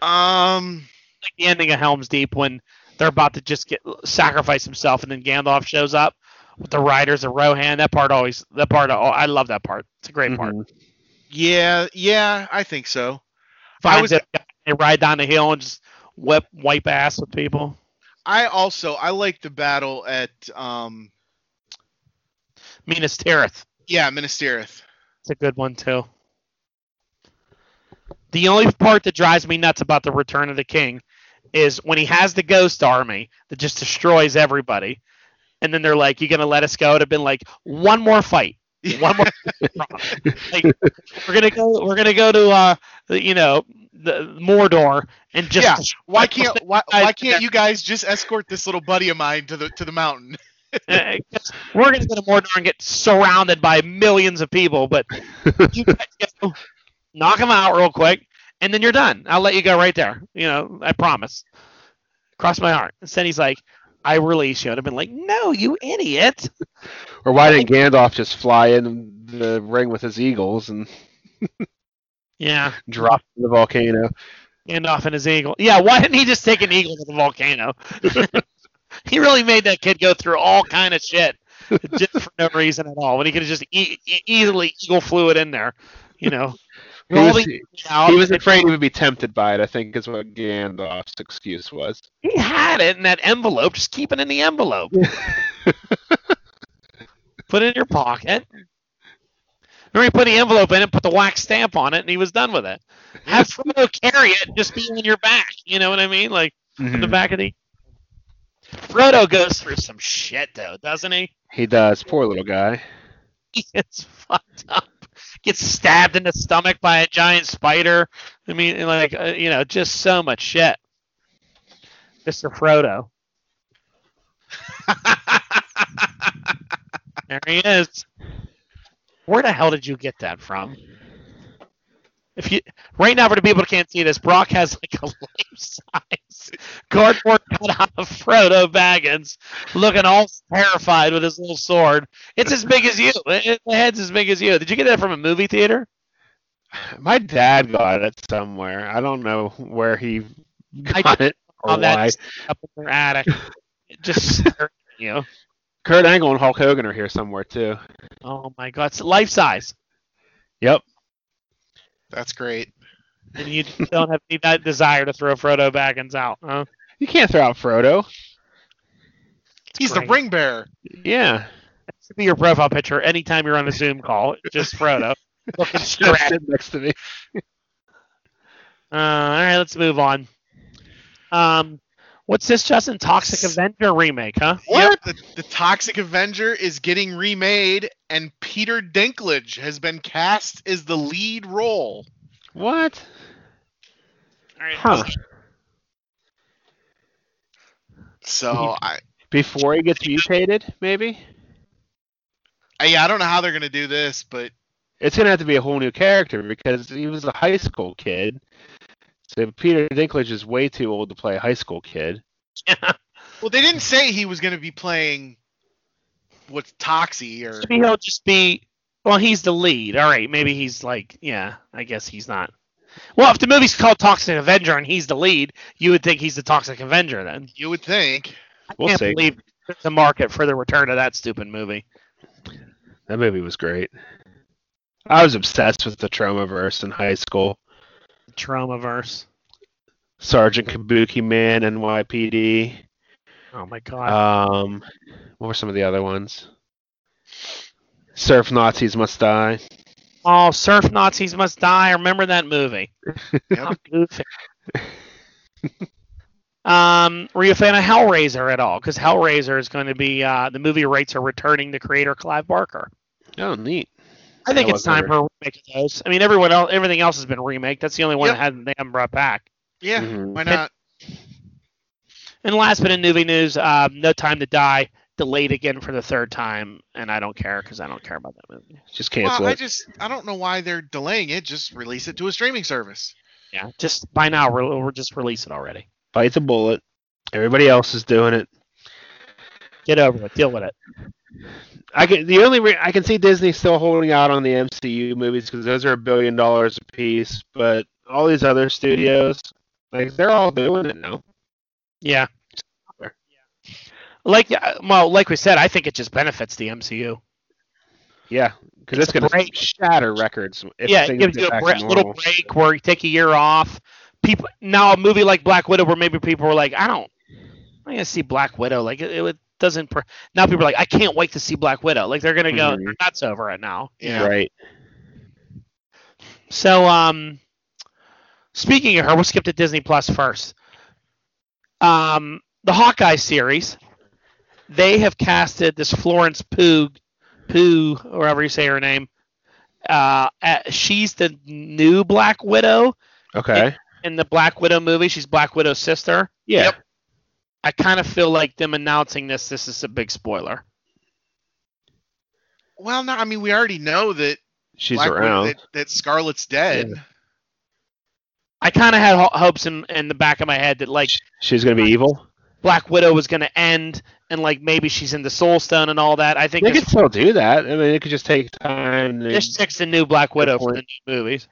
Speaker 3: Um,
Speaker 1: Like the ending of Helm's Deep when they're about to just get sacrifice himself, and then Gandalf shows up with the riders of Rohan. That part always. That part. al- I love that part. It's a great part.
Speaker 2: Mhm.
Speaker 3: yeah, yeah, I think so. Mm-hmm. I
Speaker 1: Finds
Speaker 3: was-
Speaker 1: it. They ride down the hill and just whip wipe ass with people.
Speaker 3: I also I like the battle at um
Speaker 1: Minas Tirith.
Speaker 3: yeah Minas Tirith.
Speaker 1: It's a good one too. The only part that drives me nuts about the Return of the King is when he has the ghost army that just destroys everybody, and then they're like, "You gonna let us go?" It'd have been like one more fight, one more. like, we're gonna go. We're gonna go to uh, the- you know, the Mordor and just.
Speaker 3: Yeah, Why can't why, why
Speaker 1: Guys,
Speaker 3: can't you guys just escort this little buddy of mine to the to the mountain?
Speaker 1: Uh, 'cause we're gonna go to Mordor and get surrounded by millions of people, but you guys go, knock them out real quick, and then you're done. I'll let you go right there. You know, I promise. Cross my heart. Instead, he's like, "I release you." I'd have been like, "No, you idiot."
Speaker 2: Mm-hmm. Or why didn't Gandalf just fly in the ring with his eagles and
Speaker 1: Yeah,
Speaker 2: dropped in the volcano.
Speaker 1: and off in his eagle. Yeah, why didn't he just take an eagle to the volcano? he really made that kid go through all kind of shit just for no reason at all. When he could have just e- e- easily eagle flew it in there, you know.
Speaker 2: He was,
Speaker 1: Rolling out.
Speaker 2: he was afraid he would be tempted by it. I think is what Gandalf's excuse was.
Speaker 1: He had it in that envelope. Just keep it in the envelope. put it in your pocket. Remember, he put the envelope in it, put the wax stamp on it, and he was done with it. Have Frodo carry it, just be on your back. You know what I mean? Like in
Speaker 2: Hmm.
Speaker 1: the back of the. Frodo goes through some shit though, doesn't he?
Speaker 2: He does. Poor little guy.
Speaker 1: He gets fucked up. Gets stabbed in the stomach by a giant spider. I mean, like uh, you know, just so much shit. Mister Frodo. There he is. Where the hell did you get that from? If you right now for the people who can't see this, Brock has like a life size cardboard cutout of Frodo Baggins, looking all terrified with his little sword. It's as big as you. It- it- the head's as big as you. Did you get that from a movie theater?
Speaker 2: My dad got it somewhere. I don't know where he
Speaker 1: I
Speaker 2: got it or
Speaker 1: Oh,
Speaker 2: why.
Speaker 1: that's up in their attic. It just staring at you.
Speaker 2: Kurt Angle and Hulk Hogan are here somewhere too.
Speaker 1: Oh my god, it's life size,
Speaker 2: Yep.
Speaker 3: That's great.
Speaker 1: and you don't have any that desire to throw Frodo Baggins out. Huh?
Speaker 2: You can't throw out Frodo.
Speaker 3: He's
Speaker 1: great.
Speaker 3: the ring bearer.
Speaker 2: Yeah.
Speaker 1: should be your profile picture anytime you're on a Zoom call. Just Frodo. Looking
Speaker 2: Just
Speaker 1: stressed.
Speaker 2: sit next to me.
Speaker 1: Uh, all right, let's move on. Um, what's this, Justin? Toxic Avenger remake, huh?
Speaker 3: What? The, the Toxic Avenger is getting remade, and Peter Dinklage has been cast as the lead role.
Speaker 2: What?
Speaker 1: All right.
Speaker 2: Huh.
Speaker 3: So I,
Speaker 2: Before he gets mutated, maybe?
Speaker 3: I, yeah, I don't know how they're gonna do this, but
Speaker 2: It's gonna have to be a whole new character because he was a high school kid. So Peter Dinklage is way too old to play a high school kid.
Speaker 3: well, they didn't say he was gonna be playing what's Toxie or
Speaker 1: Maybe he'll just be. Well, he's the lead. All right, maybe he's like, yeah, I guess he's not. Well, if the movie's called Toxic Avenger and he's the lead, you would think he's the Toxic Avenger then.
Speaker 3: you would think.
Speaker 2: We'll
Speaker 1: Can't
Speaker 2: see.
Speaker 1: believe there's a market for the return of that stupid movie.
Speaker 2: That movie was great. I was obsessed with the Tromaverse in high school.
Speaker 1: Traumaverse.
Speaker 2: Sergeant Kabuki Man, NYPD.
Speaker 1: Oh my god.
Speaker 2: Um, what were some of the other ones? Surf Nazis Must Die.
Speaker 1: Oh, surf Nazis must die. I remember that movie. How goofy. um, were you a fan of Hellraiser at all? Because Hellraiser is going to be uh, the movie rights are returning to creator Clive Barker.
Speaker 2: Oh, neat.
Speaker 1: I think
Speaker 2: That
Speaker 1: it's
Speaker 2: was
Speaker 1: time
Speaker 2: never-
Speaker 1: for a remake of those. I mean, everyone else, everything else has been remake. That's the only one
Speaker 3: Yep.
Speaker 1: that hasn't, they haven't brought back.
Speaker 3: Yeah,
Speaker 2: Mhm.
Speaker 3: why not?
Speaker 1: And last bit of movie news, um, No Time to Die delayed again for the third time, and I don't care because I don't care about that movie.
Speaker 2: Just
Speaker 3: Well,
Speaker 2: cancel
Speaker 3: I
Speaker 2: it.
Speaker 3: just I don't know why they're delaying it. Just release it to a streaming service.
Speaker 1: Yeah, just by now we're, we're just release it already.
Speaker 2: Bite the bullet. Everybody else is doing it.
Speaker 1: Get over it. Deal with it.
Speaker 2: I can. The only re- I can see Disney still holding out on the MCU movies because those are a billion dollars a piece. But all these other studios, like they're all doing it now.
Speaker 1: Yeah.
Speaker 2: Sure.
Speaker 1: Like uh, well, like we said, I think it just benefits the MCU.
Speaker 2: Yeah, because
Speaker 1: It's
Speaker 2: it's,
Speaker 1: a
Speaker 2: going to
Speaker 1: break.
Speaker 2: shatter records. If
Speaker 1: yeah, it
Speaker 2: things
Speaker 1: gives
Speaker 2: get
Speaker 1: you a
Speaker 2: back to
Speaker 1: bre- little
Speaker 2: normal.
Speaker 1: break where you take a year off. People now a movie like Black Widow, where maybe people were like, I don't, I'm gonna see Black Widow. Like it, it doesn't. Pr- now people are like, I can't wait to see Black Widow. Like they're gonna go
Speaker 2: Mhm.
Speaker 1: they're nuts over it now.
Speaker 3: Yeah.
Speaker 2: Right.
Speaker 1: So, um, speaking of her, we'll skip to Disney Plus first. Um, the Hawkeye series, they have casted this Florence Pugh, Pugh, or however you say her name. Uh, at, she's the new Black Widow
Speaker 2: Okay.
Speaker 1: in the Black Widow movie. She's Black Widow's sister.
Speaker 2: yeah.
Speaker 3: Yep.
Speaker 1: I kind of feel like them announcing this. This is a big spoiler.
Speaker 3: Well, no, I mean we already know that
Speaker 2: She's
Speaker 3: Black Widow-
Speaker 2: around.
Speaker 3: that, that Scarlet's dead.
Speaker 1: I kind of had ho- hopes in, in the back of my head that like
Speaker 2: She's going to be evil.
Speaker 1: Black Widow was going to end and like maybe she's in the Soul Stone and all that. I think
Speaker 2: They could
Speaker 1: this-
Speaker 2: still do that. I mean, it could just take time. to-
Speaker 1: this chick's the new Black Widow for the
Speaker 2: point.
Speaker 1: new movies.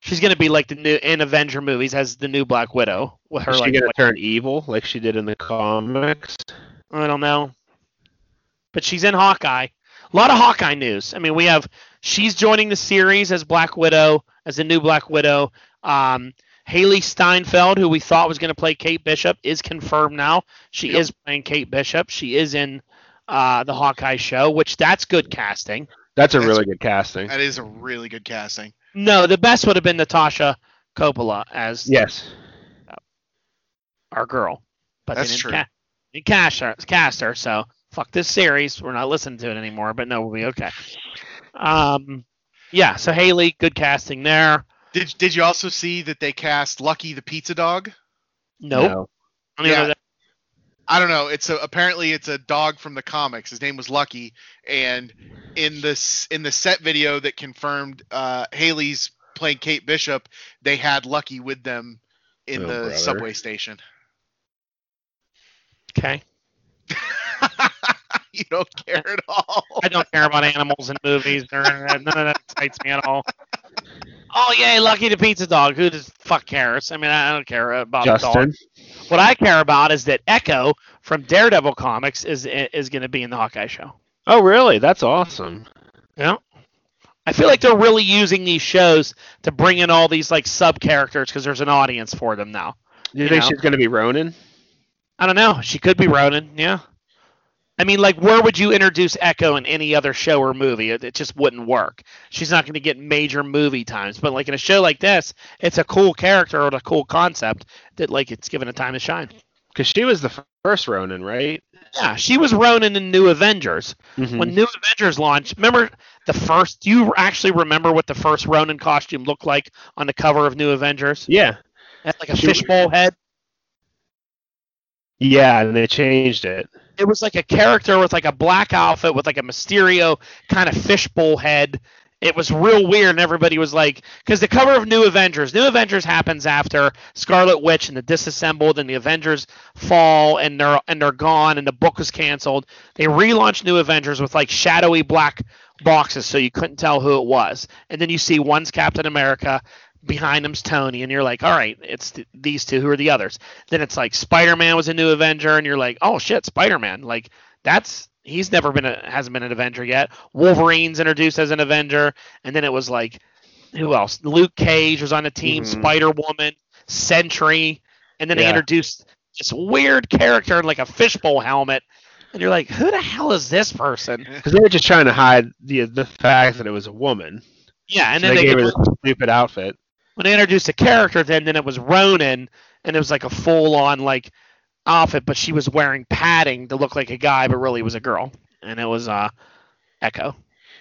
Speaker 1: She's gonna be like the new in Avenger movies as the new Black Widow with her
Speaker 2: is she
Speaker 1: like.
Speaker 2: gonna
Speaker 1: white-
Speaker 2: turn evil like she did in the comics?
Speaker 1: I don't know, but she's in Hawkeye. A lot of Hawkeye news. I mean, we have she's joining the series as Black Widow as the new Black Widow. Um, Haley Steinfeld, who we thought was going to play Kate Bishop, is confirmed now. She
Speaker 3: Yep.
Speaker 1: is playing Kate Bishop. She is in uh, the Hawkeye show, which that's good casting.
Speaker 2: That's a
Speaker 3: That's-
Speaker 2: really good casting.
Speaker 3: That is a really good casting.
Speaker 1: No, the best would have been Natasha Coppola as
Speaker 2: Yes.
Speaker 1: our girl, but
Speaker 3: That's
Speaker 1: they didn't,
Speaker 3: true.
Speaker 1: Ca- they cast her, cast her. So fuck this series. We're not listening to it anymore. But no, we'll be okay. Um, yeah. So Haley, good casting there.
Speaker 3: Did Did you also see that they cast Lucky the Pizza Dog?
Speaker 1: Nope.
Speaker 2: No.
Speaker 1: I don't even know
Speaker 3: Yeah.
Speaker 1: that-
Speaker 3: I don't know. It's a apparently it's a dog from the comics. His name was Lucky, and in this in the set video that confirmed uh, Haley's playing Kate Bishop, they had Lucky with them in
Speaker 2: Oh,
Speaker 3: the
Speaker 2: brother.
Speaker 3: subway station.
Speaker 1: okay.
Speaker 3: you don't care at all.
Speaker 1: I don't care about animals in movies. Or, none of that excites me at all. Oh yay, Lucky the Pizza Dog. Who the fuck cares? I mean, I I don't care about dogs.
Speaker 2: Justin.
Speaker 1: What I care about is that Echo from Daredevil comics is is going to be in the Hawkeye show.
Speaker 2: Oh, really? That's awesome.
Speaker 1: Yeah. I feel like they're really using these shows to bring in all these like sub characters because there's an audience for them now.
Speaker 2: You,
Speaker 1: You
Speaker 2: think
Speaker 1: know?
Speaker 2: she's gonna be Ronin?
Speaker 1: I don't know. She could be Ronan. Yeah. I mean, like, where would you introduce Echo in any other show or movie? It, it just wouldn't work. She's not going to get major movie times. But like in a show like this, it's a cool character or a cool concept that like it's given a time to shine.
Speaker 2: Because she was the f- first Ronin, right?
Speaker 1: Yeah, she was Ronan in New Avengers.
Speaker 2: Hmm.
Speaker 1: when New Avengers launched, remember the first? Do you actually remember what the first Ronin costume looked like on the cover of New Avengers?
Speaker 2: yeah.
Speaker 1: It had like a
Speaker 2: She-
Speaker 1: fishbowl head.
Speaker 2: Yeah, and they changed it.
Speaker 1: It was like a character with like a black outfit with like a Mysterio kind of fishbowl head. It was real weird, and everybody was like, because the cover of New Avengers, New Avengers happens after Scarlet Witch and the Disassembled and the Avengers fall and they're and they're gone and the book was canceled. They relaunched New Avengers with like shadowy black boxes, so you couldn't tell who it was. And then you see one's Captain America, behind him's Tony, and you're like, all right, it's th- these two. Who are the others? Then it's like Spider Man was a new Avenger, and you're like, oh shit, Spider Man. Like that's he's never been a, hasn't been an Avenger yet. Wolverine's introduced as an Avenger, and then it was like, who else? Luke Cage was on the team.
Speaker 2: Mhm.
Speaker 1: Spider Woman, Sentry, and then they
Speaker 2: Yeah.
Speaker 1: introduced this weird character in like a fishbowl helmet. And you're like, who the hell is this person?
Speaker 2: Because they were just trying to hide the the fact that it was a woman.
Speaker 1: Yeah, and
Speaker 2: So
Speaker 1: then
Speaker 2: they,
Speaker 1: they,
Speaker 2: gave her this stupid outfit.
Speaker 1: when they introduced the character then then it was Ronan and it was like a full on like outfit, but she was wearing padding to look like a guy, but really was a girl. And it was uh Echo.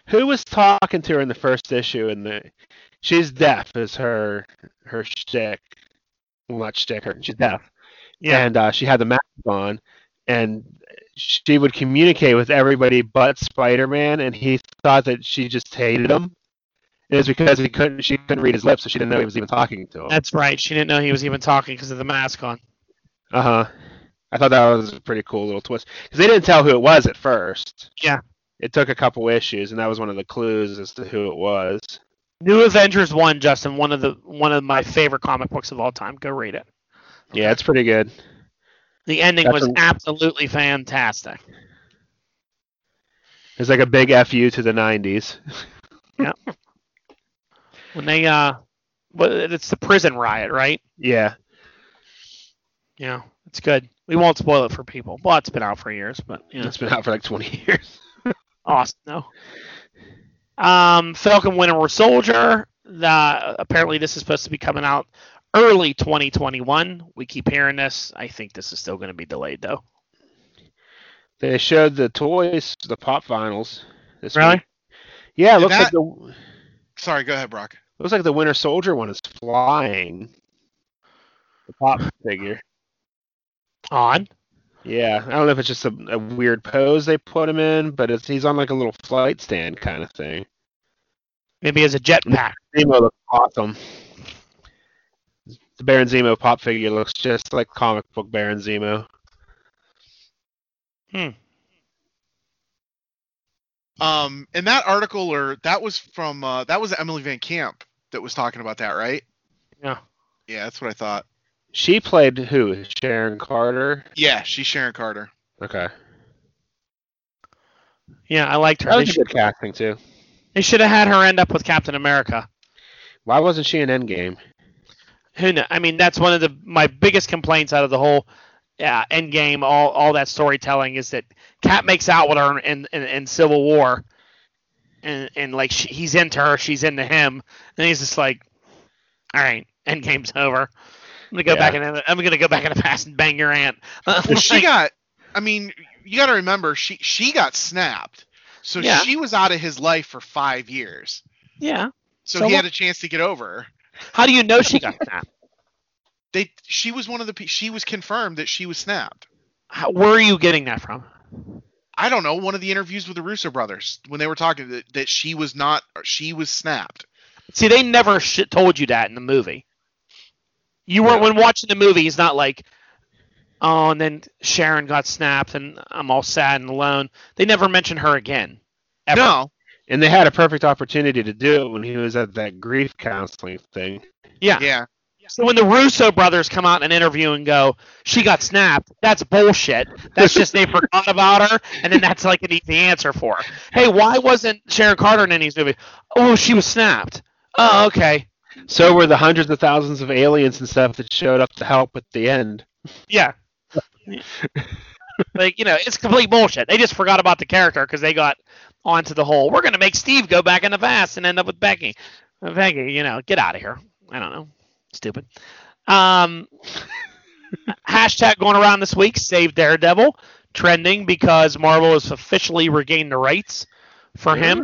Speaker 2: Who was talking to her in the first issue? And the she's deaf is her her shtick. Well, not shtick. Her she's deaf. And uh, she had the mask on, and she would communicate with everybody but Spider-Man, and he thought that she just hated him. It was because he couldn't she couldn't read his lips, so she didn't know he was even talking to him.
Speaker 1: That's right. She didn't know he was even talking because of the mask on.
Speaker 2: Uh huh. I thought that was a pretty cool little twist because they didn't tell who it was at first.
Speaker 1: Yeah.
Speaker 2: It took a couple issues, and that was one of the clues as to who it was.
Speaker 1: New Avengers one, Justin, one of the one of my favorite comic books of all time. Go read it.
Speaker 2: Yeah, it's pretty good.
Speaker 1: The ending
Speaker 2: That's
Speaker 1: was
Speaker 2: a-
Speaker 1: absolutely fantastic.
Speaker 2: It's like a big fu to the '90s.
Speaker 1: When they uh what it's the prison riot, right?
Speaker 2: Yeah.
Speaker 1: Yeah. It's good. We won't spoil it for people. Well, it's been out for years, but you know.
Speaker 2: It's been out for like 20 years.
Speaker 1: Awesome. No. Um, Falcon Winter Soldier. The, apparently, this is supposed to be coming out early 2021. We keep hearing this. I think this is still going to be delayed, though.
Speaker 2: They showed the toys, the pop vinyls. This
Speaker 1: Really?
Speaker 2: week. Yeah, it
Speaker 3: Did
Speaker 2: looks like
Speaker 3: that-
Speaker 2: the
Speaker 3: Sorry, go ahead, Brock.
Speaker 2: looks like the Winter Soldier one is flying. The pop figure.
Speaker 1: On.
Speaker 2: Yeah, I don't know if it's just a, a weird pose they put him in, but it's he's on like a little flight stand kind of thing.
Speaker 1: Maybe as a jetpack.
Speaker 2: Zemo looks awesome. The Baron Zemo pop figure looks just like comic book Baron Zemo.
Speaker 1: Hmm.
Speaker 3: Um, and that article or that was from uh, that was Emily Van Camp that was talking about that, right?
Speaker 1: Yeah.
Speaker 3: Yeah, that's what I thought.
Speaker 2: She played who? Sharon Carter.
Speaker 3: Yeah, she's Sharon Carter.
Speaker 2: Okay.
Speaker 1: Yeah, I liked her.
Speaker 2: That
Speaker 1: They
Speaker 2: was a
Speaker 1: should,
Speaker 2: good casting too.
Speaker 1: they should have had her end up with Captain America.
Speaker 2: Why wasn't she in Endgame?
Speaker 1: Who kn- I mean, that's one of the my biggest complaints out of the whole uh, Endgame, all all that storytelling is that Cap makes out with her in in, in Civil War, and and like she, he's into her, she's into him, and he's just like, all right, Endgame's over. I'm gonna go
Speaker 2: Yeah.
Speaker 1: back in. the- I'm gonna go back in the past and bang your aunt.
Speaker 3: Well, she got. I mean, you got to remember she she got snapped, so
Speaker 1: Yeah.
Speaker 3: she was out of his life for five years.
Speaker 1: yeah.
Speaker 3: So,
Speaker 1: So
Speaker 3: he
Speaker 1: what?
Speaker 3: had a chance to get over. her.
Speaker 1: How do you know she got snapped?
Speaker 3: They she was one of the pe- she was confirmed that she was snapped.
Speaker 1: How, where are you getting that from?
Speaker 3: I don't know. One of the interviews with the Russo brothers when they were talking that, that she was not she was snapped.
Speaker 1: See, they never sh- told you that in the movie. You weren't when watching the movie. It's not like, oh, and then Sharon got snapped, and I'm all sad and alone. They never mention her again. Ever.
Speaker 3: No,
Speaker 2: And they had a perfect opportunity to do it when he was at that grief counseling thing.
Speaker 1: Yeah.
Speaker 3: yeah,
Speaker 1: So when the Russo brothers come out in an interview and go, she got snapped. That's bullshit. That's just they forgot about her, and then that's like an easy answer for. Her. Hey, why wasn't Sharon Carter in any of these movies? Oh, she was snapped. Oh, okay.
Speaker 2: So were the hundreds of thousands of aliens and stuff that showed up to help at the end.
Speaker 1: Yeah. like, you know, it's complete bullshit. They just forgot about the character because they got onto the whole, we're going to make Steve go back in the past and end up with Becky. Uh, Becky, you know, get out of here. I don't know. Stupid. Um, hashtag going around this week, save Daredevil, trending because Marvel has officially regained the rights for him.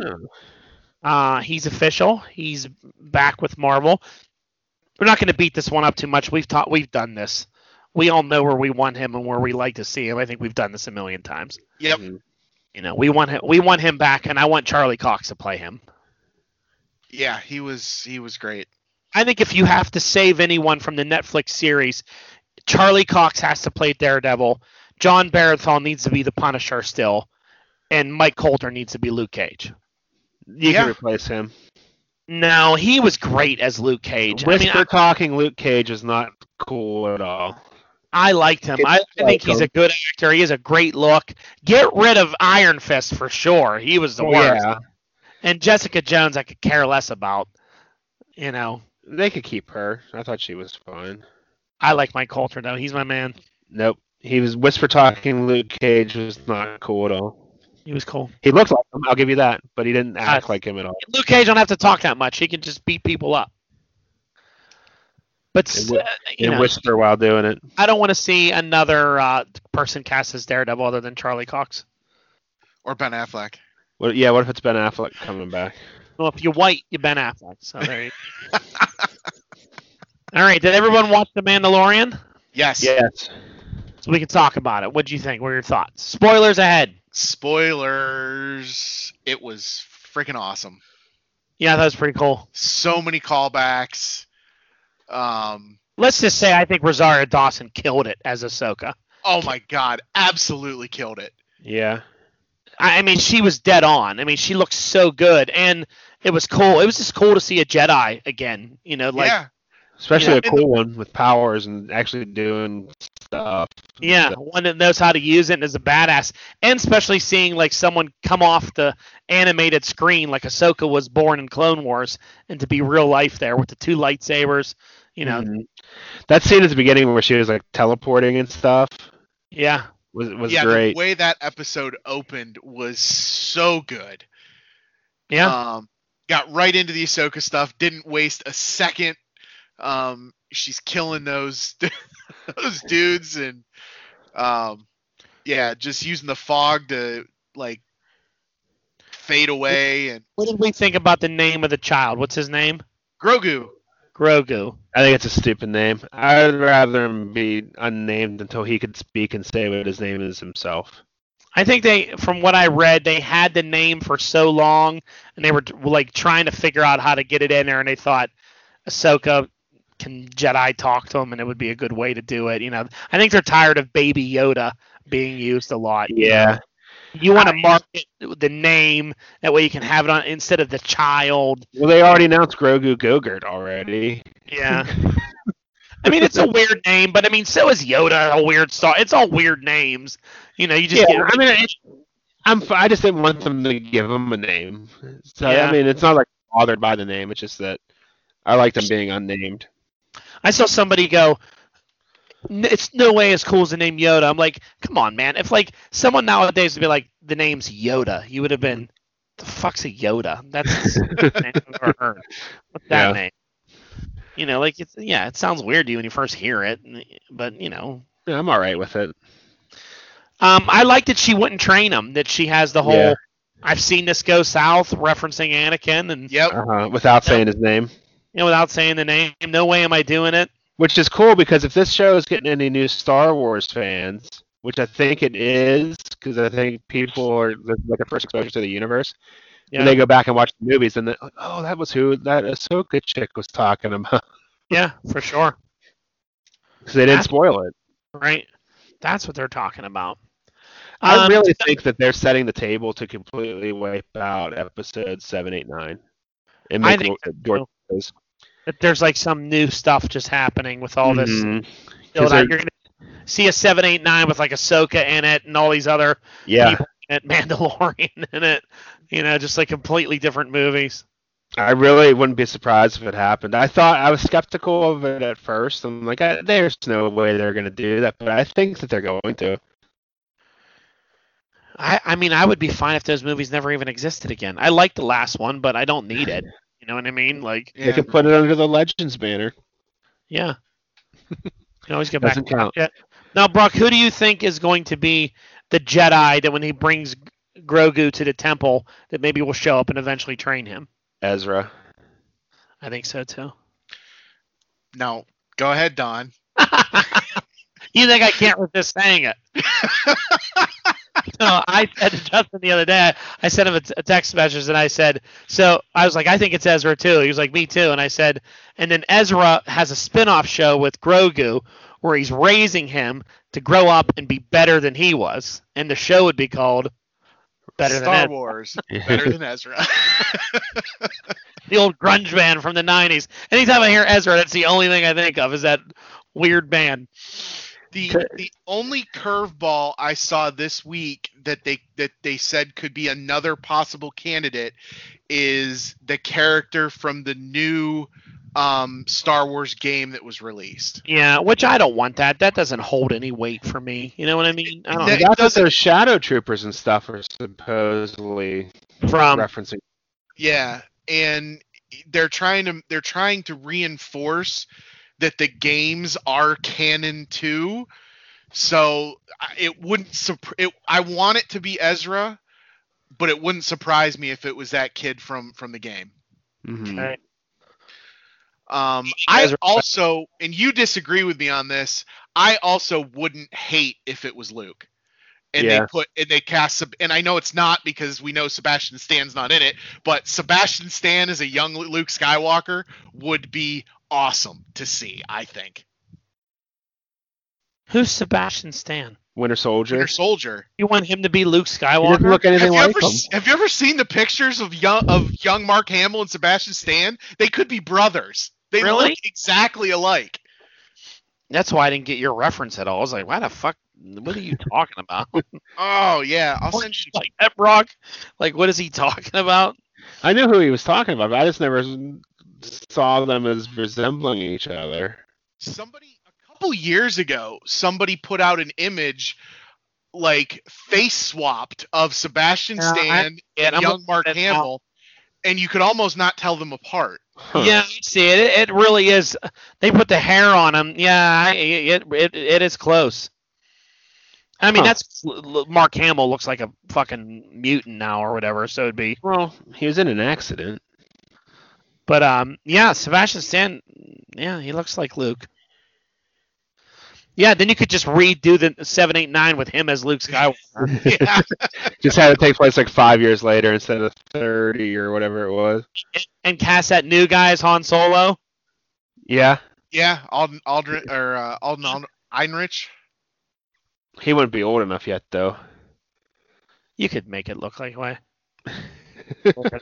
Speaker 1: Uh, he's official. He's back with Marvel. We're not going to beat this one up too much. We've taught, we've done this. We all know where we want him and where we like to see him. I think we've done this a million times.
Speaker 3: yep.
Speaker 1: You know, we want him, we want him back, and I want Charlie Cox to play him.
Speaker 3: Yeah, he was he was great.
Speaker 1: I think if you have to save anyone from the Netflix series, Charlie Cox has to play Daredevil. John Barathon needs to be the Punisher still, and Mike Coulter needs to be Luke Cage.
Speaker 2: You
Speaker 3: Yeah.
Speaker 2: can replace him.
Speaker 1: No, he was great as Luke Cage. I mean,
Speaker 2: Whisper talking Luke Cage is not cool at all.
Speaker 1: I liked him. I, I think he's a good actor. He has a great look. Get rid of Iron Fist for sure. He was the worst.
Speaker 2: Oh, Yeah,
Speaker 1: And Jessica Jones, I could care less about. You know,
Speaker 2: they could keep her. I thought she was fine.
Speaker 1: I like Mike Coulter though. He's my man.
Speaker 2: Nope. He was whisper talking Luke Cage was not cool at all.
Speaker 1: He was cool.
Speaker 2: He looked like him, I'll give you that, but he didn't act
Speaker 1: Uh,
Speaker 2: like him at all.
Speaker 1: Luke Cage don't have to talk that much. He can just beat people up. But
Speaker 2: And
Speaker 1: s-
Speaker 2: whi-
Speaker 1: uh, you
Speaker 2: and
Speaker 1: know,
Speaker 2: whisper while doing it.
Speaker 1: I don't want to see another uh, person cast as Daredevil other than Charlie Cox.
Speaker 3: Or Ben Affleck.
Speaker 2: What, yeah, what if it's Ben Affleck coming back?
Speaker 1: Well, if you're white, you're Ben Affleck. So there you go. All right. Did everyone watch The Mandalorian?
Speaker 3: Yes.
Speaker 2: Yes.
Speaker 1: So we can talk about it. What'd you think? What are your thoughts? Spoilers ahead.
Speaker 3: Spoilers. It was freaking awesome.
Speaker 1: Yeah, that was pretty cool.
Speaker 3: So many callbacks. Um.
Speaker 1: Let's just say I think Rosario Dawson killed it as Ahsoka.
Speaker 3: Oh my God! Absolutely killed it.
Speaker 2: Yeah.
Speaker 1: I, I mean, she was dead on. I mean, she looked so good, and it was cool. It was just cool to see a Jedi again. You know, like
Speaker 3: yeah.
Speaker 2: Especially
Speaker 1: Yeah.
Speaker 2: a cool one with powers and actually doing stuff.
Speaker 1: Yeah, one that knows how to use it and is a badass. And especially seeing like someone come off the animated screen like Ahsoka was born in Clone Wars and to be real life there with the two lightsabers, you know.
Speaker 2: Mhm. That scene at the beginning where she was like teleporting and stuff
Speaker 1: Yeah.
Speaker 2: was was
Speaker 3: yeah.
Speaker 2: great.
Speaker 3: The way that episode opened was so good.
Speaker 1: Yeah.
Speaker 3: Um. Got right into the Ahsoka stuff. Didn't waste a second. Um. She's killing those those dudes and um. Yeah. Just using the fog to like fade away and
Speaker 1: what did we think about the name of the child? What's his name?
Speaker 3: Grogu.
Speaker 1: Grogu.
Speaker 2: I think it's a stupid name. I'd rather him be unnamed until he could speak and say what his name is himself.
Speaker 1: I think they, from what I read, they had the name for so long, and they were like trying to figure out how to get it in there, and they thought Ahsoka can Jedi talk to him, and it would be a good way to do it. You know, I think they're tired of Baby Yoda being used a lot.
Speaker 2: Yeah.
Speaker 1: You want to market the name that way you can have it on instead of the child.
Speaker 2: Well, they already announced Grogu Gogurt already.
Speaker 1: Yeah. I mean, it's a weird name, but I mean, so is Yoda a weird star. It's all weird names. You know, you just
Speaker 2: yeah,
Speaker 1: get.
Speaker 2: I mean, it, I'm. f- I just didn't want them to give them a name. So
Speaker 1: Yeah.
Speaker 2: I mean, it's not like bothered by the name. It's just that I like them being unnamed.
Speaker 1: I saw somebody go. "N- It's no way as cool as the name Yoda. I'm like, come on, man. If like someone nowadays would be like, the name's Yoda, you would have been, the fuck's a Yoda? That's the stupidest name I've ever heard. What's that
Speaker 2: Yeah.
Speaker 1: name? You know, like it's yeah, it sounds weird to you when you first hear it, but you know,
Speaker 2: Yeah, I'm all right with it.
Speaker 1: Um, I like that she wouldn't train him. That she has the whole
Speaker 2: Yeah.
Speaker 1: "I've seen this go south" referencing Anakin, and
Speaker 3: Yep.
Speaker 2: Uh-huh, without saying his name,
Speaker 1: you know, without saying the name, no way am I doing it.
Speaker 2: which is cool because if this show is getting any new Star Wars fans, which I think it is, because I think people are this is like their first exposure to the universe.
Speaker 1: Yeah,
Speaker 2: And they go back and watch the movies, and they oh, that was who that Ahsoka chick was talking about.
Speaker 1: yeah, for sure.
Speaker 2: Because they didn't
Speaker 1: That's-
Speaker 2: spoil it.
Speaker 1: Right? That's what they're talking about.
Speaker 2: I
Speaker 1: Um,
Speaker 2: really think that they're setting the table to completely wipe out episodes seven, eight, nine, and
Speaker 1: I
Speaker 2: make
Speaker 1: think
Speaker 2: Lord-
Speaker 1: so.
Speaker 2: Lord- those.
Speaker 1: that there's like some new stuff just happening with all this.
Speaker 2: Mhm.
Speaker 1: build
Speaker 2: 'cause
Speaker 1: out.
Speaker 2: they're-
Speaker 1: You're gonna see a seven, eight, nine with like Ahsoka in it, and all these other
Speaker 2: Yeah,
Speaker 1: in it, Mandalorian in it. You know, just like completely different movies.
Speaker 2: I really wouldn't be surprised if it happened. I thought I was skeptical of it at first. I'm like, I, there's no way they're gonna do that, but I think that they're going to.
Speaker 1: I, I mean, I would be fine if those movies never even existed again. I like the last one, but I don't need it. You know what I mean? Like,
Speaker 2: They can put it under the Legends banner.
Speaker 1: yeah. You can always go back.
Speaker 2: Doesn't count.
Speaker 1: Now, Brock, who do you think is going to be the Jedi that when he brings Grogu to the temple, that maybe will show up and eventually train him?
Speaker 2: Ezra.
Speaker 1: I think so too.
Speaker 3: No. Go ahead, Don.
Speaker 1: you think I can't resist saying it? no, I said to Justin the other day. I sent him a, t- a text message and I said, so I was like, I think it's Ezra too. He was like, me too. And I said, and then Ezra has a spin-off show with Grogu where he's raising him to grow up and be better than he was, and the show would be called Better
Speaker 3: Star
Speaker 1: Than Ezra.
Speaker 3: Wars. Better than Ezra.
Speaker 1: the old grunge band from the '90s. Anytime I hear Ezra, that's the only thing I think of is that weird band.
Speaker 3: the
Speaker 2: Okay.
Speaker 3: the only curveball I saw this week that they that they said could be another possible candidate is the character from the new um, Star Wars game that was released.
Speaker 1: Yeah, which I don't want that. That doesn't hold any weight for me. You know what I mean? I don't
Speaker 3: That-
Speaker 2: That's what
Speaker 3: doesn't-
Speaker 2: those shadow troopers and stuff are supposedly
Speaker 1: From
Speaker 2: referencing.
Speaker 3: Yeah, and they're trying to they're trying to reinforce that the games are canon too. So I- it wouldn't surp- it, I want it to be Ezra, but it wouldn't surprise me if it was that kid from from the game.
Speaker 2: Mhm.
Speaker 1: Right.
Speaker 3: Um,
Speaker 1: guys
Speaker 3: I
Speaker 1: are-
Speaker 3: also, and you disagree with me on this. I also wouldn't hate if it was Luke, and they
Speaker 2: Yeah.
Speaker 3: put and they cast. Seb- And I know it's not because we know Sebastian Stan's not in it, but Sebastian Stan as a young Lu- Luke Skywalker would be awesome to see. I think
Speaker 1: who's Sebastian Stan?
Speaker 2: Winter Soldier.
Speaker 3: Winter Soldier.
Speaker 1: You want him to be Luke
Speaker 2: He doesn't
Speaker 1: Skywalker?
Speaker 2: look anything
Speaker 3: Have you,
Speaker 2: like
Speaker 3: ever,
Speaker 2: him.
Speaker 3: s- have you ever seen the pictures of young of young Mark Hamill and Sebastian Stan? They could be brothers. They
Speaker 1: Really?
Speaker 3: look exactly alike.
Speaker 1: That's why I didn't get your reference at all. I was like, why the fuck? What are you talking about?
Speaker 3: Oh yeah, I'll send you
Speaker 1: like that, Brock? Like, what is he talking about?
Speaker 2: I knew who he was talking about, but I just never s- saw them as resembling each other.
Speaker 3: somebody a couple years ago somebody put out an image like face swapped of sebastian
Speaker 1: Yeah, I- uh,
Speaker 3: stan
Speaker 1: Yeah,
Speaker 3: and young mark
Speaker 1: at that.
Speaker 3: hamill and you could almost not tell them apart
Speaker 2: Huh.
Speaker 1: Yeah, I see it. it. It really is. They put the hair on him. Yeah, I, it, it it is close. I mean,
Speaker 2: Huh.
Speaker 1: that's Mark Hamill looks like a fucking mutant now or whatever. So it'd be
Speaker 2: Well, he was in an accident.
Speaker 1: But um, yeah, Sebastian Stan, yeah, he looks like Luke. Yeah, then you could just redo the seven, eight, nine with him as Luke Skywalker.
Speaker 3: yeah.
Speaker 2: Just had it take place like five years later instead of 30 or whatever it was.
Speaker 1: and cast that new guy as Han Solo.
Speaker 2: Yeah.
Speaker 3: yeah alden aldrin or uh, alden Ald- einrich
Speaker 2: He wouldn't be old enough yet, though.
Speaker 1: You could make it look like why. That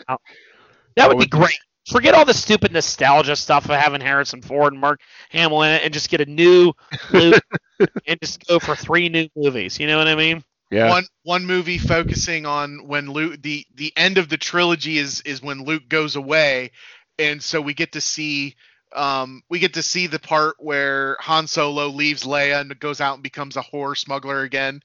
Speaker 1: would be great. Forget all the stupid nostalgia stuff of having Harrison Ford and Mark Hamill in it, and just get a new Luke, and just go for three new movies. You know what I mean?
Speaker 2: Yeah.
Speaker 3: One one movie focusing on when Luke the the end of the trilogy is is when Luke goes away, and so we get to see um we get to see the part where Han Solo leaves Leia and goes out and becomes a whore smuggler again.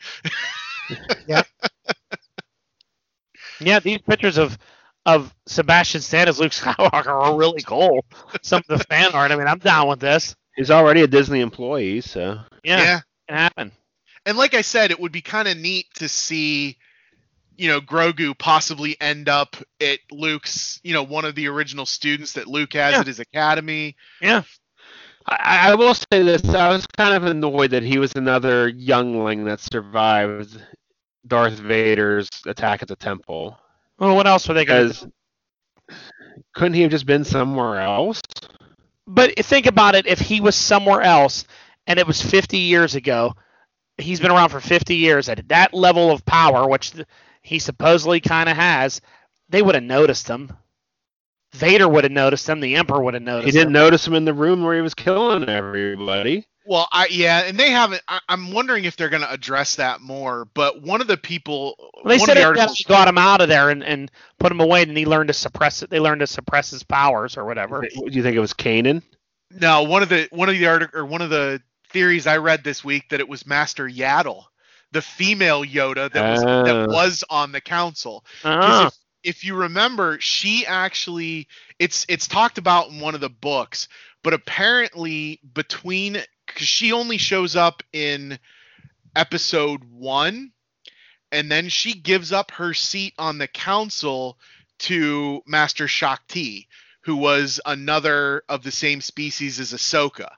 Speaker 1: Yeah, these pictures of of Sebastian Stan as Luke Skywalker are really cool. Some of the fan art. I mean, I'm down with this.
Speaker 2: He's already a Disney employee, so
Speaker 1: Yeah, it can happen.
Speaker 3: and like I said, it would be kind of neat to see, you know, Grogu possibly end up at Luke's, you know, one of the original students that Luke has
Speaker 1: Yeah.
Speaker 3: at his academy.
Speaker 2: I, I will say this: I was kind of annoyed that he was another youngling that survived Darth Vader's attack at the temple.
Speaker 1: Well, what else were they going to
Speaker 2: Because couldn't he have just been somewhere else?
Speaker 1: But think about it. If he was somewhere else and it was 50 years ago, he's been around for 50 years at that level of power, which th- he supposedly kind of has, they would have noticed him. Vader would have noticed him. The Emperor would have noticed
Speaker 2: He didn't
Speaker 1: him.
Speaker 2: notice him in the room where he was killing everybody.
Speaker 3: Well, I yeah, and they haven't. I, I'm wondering if they're going to address that more. But one of the people,
Speaker 1: Well, they
Speaker 3: one
Speaker 1: said
Speaker 3: of
Speaker 1: it
Speaker 3: the
Speaker 1: that
Speaker 3: articles,
Speaker 1: got him out of there and, and put him away, and he learned to suppress it. They learned to suppress his powers or whatever.
Speaker 2: Do you think it was Kanan?
Speaker 3: no, one of the one of the article or one of the theories I read this week that it was Master Yaddle, the female Yoda that was
Speaker 2: Ah.
Speaker 1: Oh.
Speaker 3: that was on the council. 'Cause
Speaker 1: Ah,
Speaker 3: If, if you remember, she actually it's it's talked about in one of the books, but apparently between because she only shows up in episode one, and then she gives up her seat on the council to Master Shakti, who was another of the same species as Ahsoka.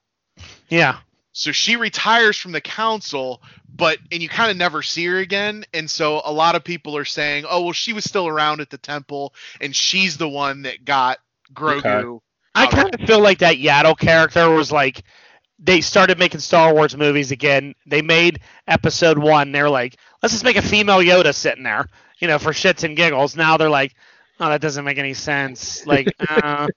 Speaker 1: yeah.
Speaker 3: So she retires from the council, but and you kind of never see her again. And so a lot of people are saying, "Oh, well, she was still around at the temple, and she's the one that got Grogu."
Speaker 1: I kind of feel like that Yaddle character was like they started making Star Wars movies again. They made Episode One. They're like, let's just make a female Yoda sitting there, you know, for shits and giggles. Now they're like, oh, that doesn't make any sense. Like, uh,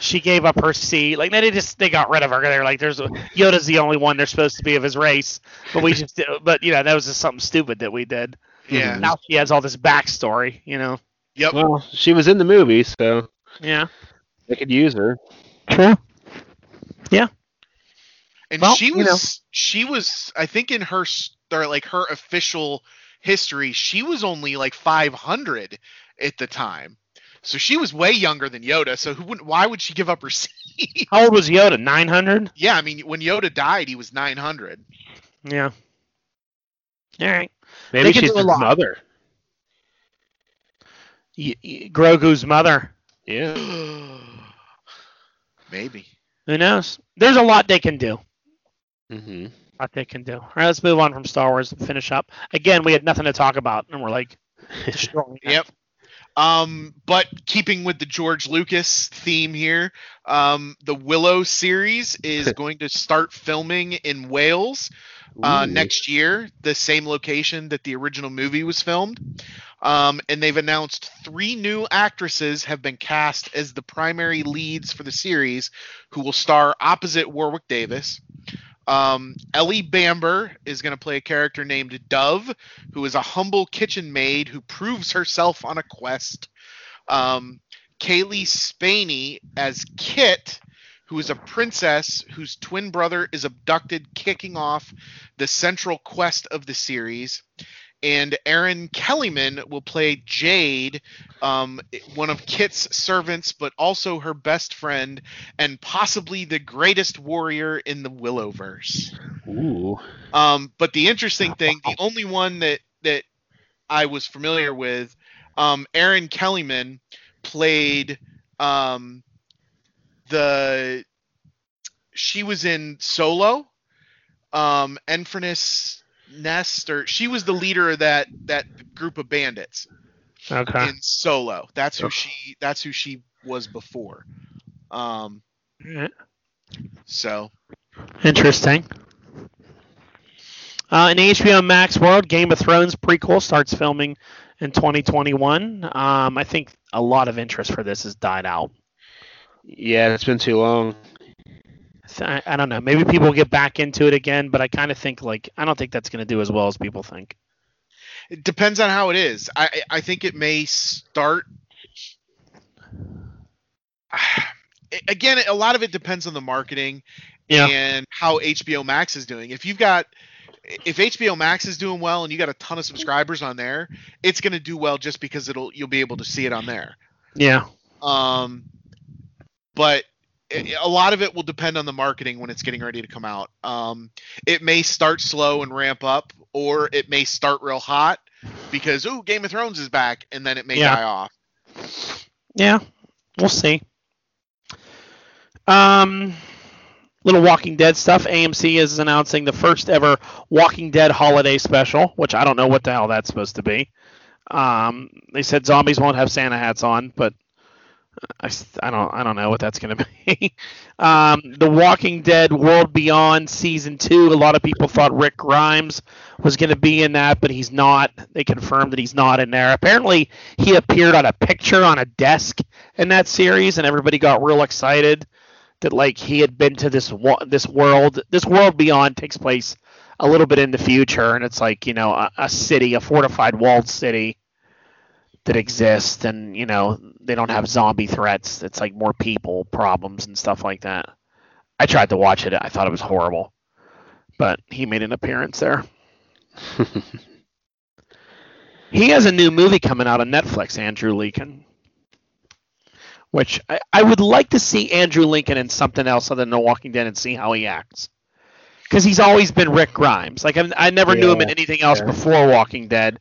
Speaker 1: she gave up her seat. Like, they just they got rid of her. They're like, there's Yoda's the only one they're supposed to be of his race, but we just, uh, but you know, that was just something stupid that we did.
Speaker 3: Yeah.
Speaker 1: Now she has all this backstory, you know.
Speaker 3: Yep.
Speaker 2: Well, she was in the movie, so
Speaker 1: Yeah.
Speaker 2: they could use her.
Speaker 1: True.
Speaker 3: And
Speaker 1: Well,
Speaker 3: she
Speaker 1: you
Speaker 3: was
Speaker 1: know.
Speaker 3: she was I think in her s- or like her official history, she was only like 500 at the time. So she was way younger than Yoda. So who wouldn't, why would she give up her seat?
Speaker 1: How old was Yoda? Nine hundred.
Speaker 3: yeah, I mean when Yoda died, he was 900.
Speaker 1: Yeah. All right.
Speaker 2: Maybe
Speaker 1: could
Speaker 2: she's
Speaker 1: do a
Speaker 2: his
Speaker 1: lot.
Speaker 2: mother.
Speaker 1: Y- y- Grogu's mother.
Speaker 2: Yeah.
Speaker 3: Maybe.
Speaker 1: Who knows? There's a lot they can do.
Speaker 2: hmm
Speaker 1: A lot they can do. All right, let's move on from Star Wars and finish up. Again, we had nothing to talk about, and we're like, destroying it.
Speaker 3: Yep. Um, but keeping with the George Lucas theme here, um, the Willow series is going to start filming in Wales uh, next year, the same location that the original movie was filmed. Um, and they've announced three new actresses have been cast as the primary leads for the series, who will star opposite Warwick Davis. Um, Ellie Bamber is going to play a character named Dove, who is a humble kitchen maid who proves herself on a quest. Um, Kaylee Spaney as Kit, who is a princess whose twin brother is abducted, kicking off the central quest of the series. And Aaron Kellyman will play Jade, um, one of Kit's servants, but also her best friend and possibly the greatest warrior in the Willowverse.
Speaker 2: Ooh.
Speaker 3: Um, but the interesting thing, the only one that that I was familiar with, um, Aaron Kellyman played um, the. She was in Solo, um, Enfrenis Nest, or she was the leader of that that group of bandits
Speaker 1: Okay.
Speaker 3: in Solo. That's who she. That's who she was before. Um,
Speaker 1: All right.
Speaker 3: so
Speaker 1: Interesting. Uh, in HBO Max world, Game of Thrones prequel starts filming in 2021. Um, I think a lot of interest for this has died out.
Speaker 2: Yeah, it's been too long.
Speaker 1: So I, I don't know. Maybe people will get back into it again, but I kind of think like I don't think that's going to do as well as people think.
Speaker 3: It depends on how it is. I I think it may start. Again, a lot of it depends on the marketing
Speaker 1: Yeah.
Speaker 3: and how HBO Max is doing. If you've got if HBO Max is doing well and you got a ton of subscribers on there, it's going to do well just because it'll you'll be able to see it on there.
Speaker 1: Yeah.
Speaker 3: Um, but i- a lot of it will depend on the marketing when it's getting ready to come out. Um, it may start slow and ramp up, or it may start real hot because ooh, Game of Thrones is back, and then it may
Speaker 1: Yeah.
Speaker 3: die off.
Speaker 1: Yeah, we'll see. Um, little Walking Dead stuff. AMC is announcing the first ever Walking Dead holiday special, which I don't know what the hell that's supposed to be. Um, they said zombies won't have Santa hats on, but I, s- I don't I don't know what that's gonna be. um, the Walking Dead World Beyond season two. A lot of people thought Rick Grimes was gonna be in that, but he's not. They confirmed that he's not in there. Apparently, he appeared on a picture on a desk in that series, and everybody got real excited that like he had been to this wo- this world. This world beyond takes place a little bit in the future, and it's like you know a, a city, a fortified walled city that exists, and you know they don't have zombie threats. It's like more people problems and stuff like that. I tried to watch it. I thought it was horrible, but he made an appearance there. He has a new movie coming out on Netflix, Andrew Lincoln. Which I, I would like to see Andrew Lincoln in something else other than The Walking Dead and see how he acts. Because he's always been Rick Grimes. Like, I've, I never knew him in
Speaker 2: Yeah,
Speaker 1: anything else
Speaker 2: yeah.
Speaker 1: before Walking Dead.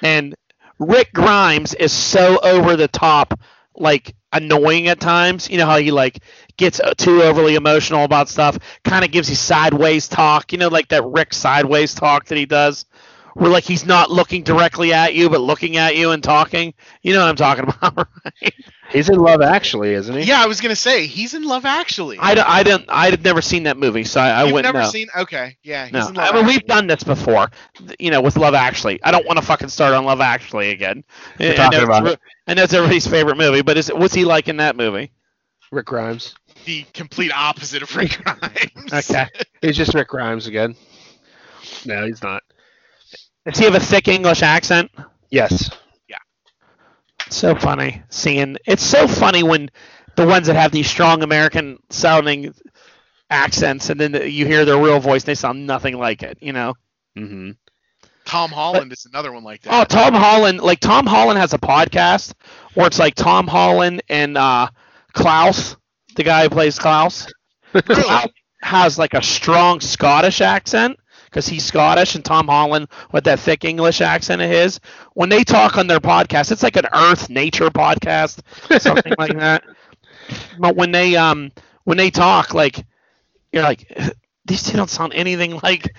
Speaker 1: And Rick Grimes is so over the top, like, annoying at times. You know how he, like, gets uh, too overly emotional about stuff, kind of gives you sideways talk. You know, like that Rick sideways talk that he does where like he's not looking directly at you but looking at you and talking. You know what I'm talking about? Right?
Speaker 2: He's in Love Actually, isn't he?
Speaker 3: Yeah, I was gonna say he's in Love Actually.
Speaker 1: I don't, I don't I've never seen that movie, so I, I
Speaker 3: You've
Speaker 1: wouldn't
Speaker 3: never
Speaker 1: know.
Speaker 3: seen. Okay, yeah, he's
Speaker 1: no,
Speaker 3: in Love
Speaker 1: I mean we've
Speaker 3: Actually.
Speaker 1: done this before, th- you know, with Love Actually. I don't want to fucking start on Love Actually again. I- I know
Speaker 2: talking
Speaker 1: it's
Speaker 2: about
Speaker 1: re- I know it's everybody's favorite movie, but is it, what's he like in that movie?
Speaker 2: Rick Grimes.
Speaker 3: the complete opposite of Rick Grimes.
Speaker 1: Okay,
Speaker 2: He's just Rick Grimes again. No, he's not.
Speaker 1: does he have a thick English accent?
Speaker 2: Yes.
Speaker 1: so funny seeing it's so funny when the ones that have these strong american sounding accents and then you hear their real voice and they sound nothing like it you know
Speaker 2: Mm-hmm.
Speaker 3: Tom Holland is another one like
Speaker 1: oh
Speaker 3: that.
Speaker 1: tom holland like tom holland has a podcast where it's like tom holland and uh klaus the guy who plays klaus
Speaker 3: really?
Speaker 1: Klaus has like a strong Scottish accent because he's Scottish, and Tom Holland with that thick English accent of his. When they talk on their podcast, it's like an Earth Nature podcast, something like that. But when they um when they talk, like you're like these two don't sound anything like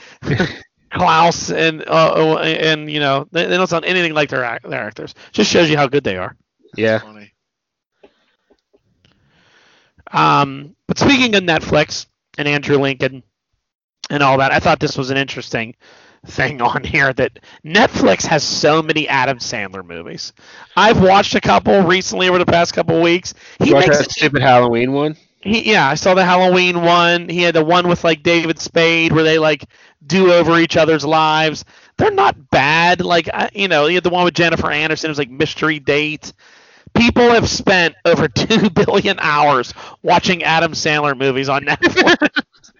Speaker 1: Klaus and uh, oh, and you know they, they don't sound anything like their ac- their actors. Just shows you how good they are.
Speaker 2: Yeah.
Speaker 3: Funny.
Speaker 1: Um, but speaking of Netflix and Andrew Lincoln and all that, I thought this was an interesting thing on here that Netflix has so many Adam Sandler movies. I've watched a couple recently over the past couple weeks. He
Speaker 2: You watch
Speaker 1: makes
Speaker 2: that stupid Halloween one?
Speaker 1: he, yeah, I saw the Halloween one. He had the one with like David Spade where they like do over each other's lives. They're not bad. Like I, you know, he had the one with Jennifer Anderson. It was like mystery date. People have spent over two billion hours watching Adam Sandler movies on Netflix.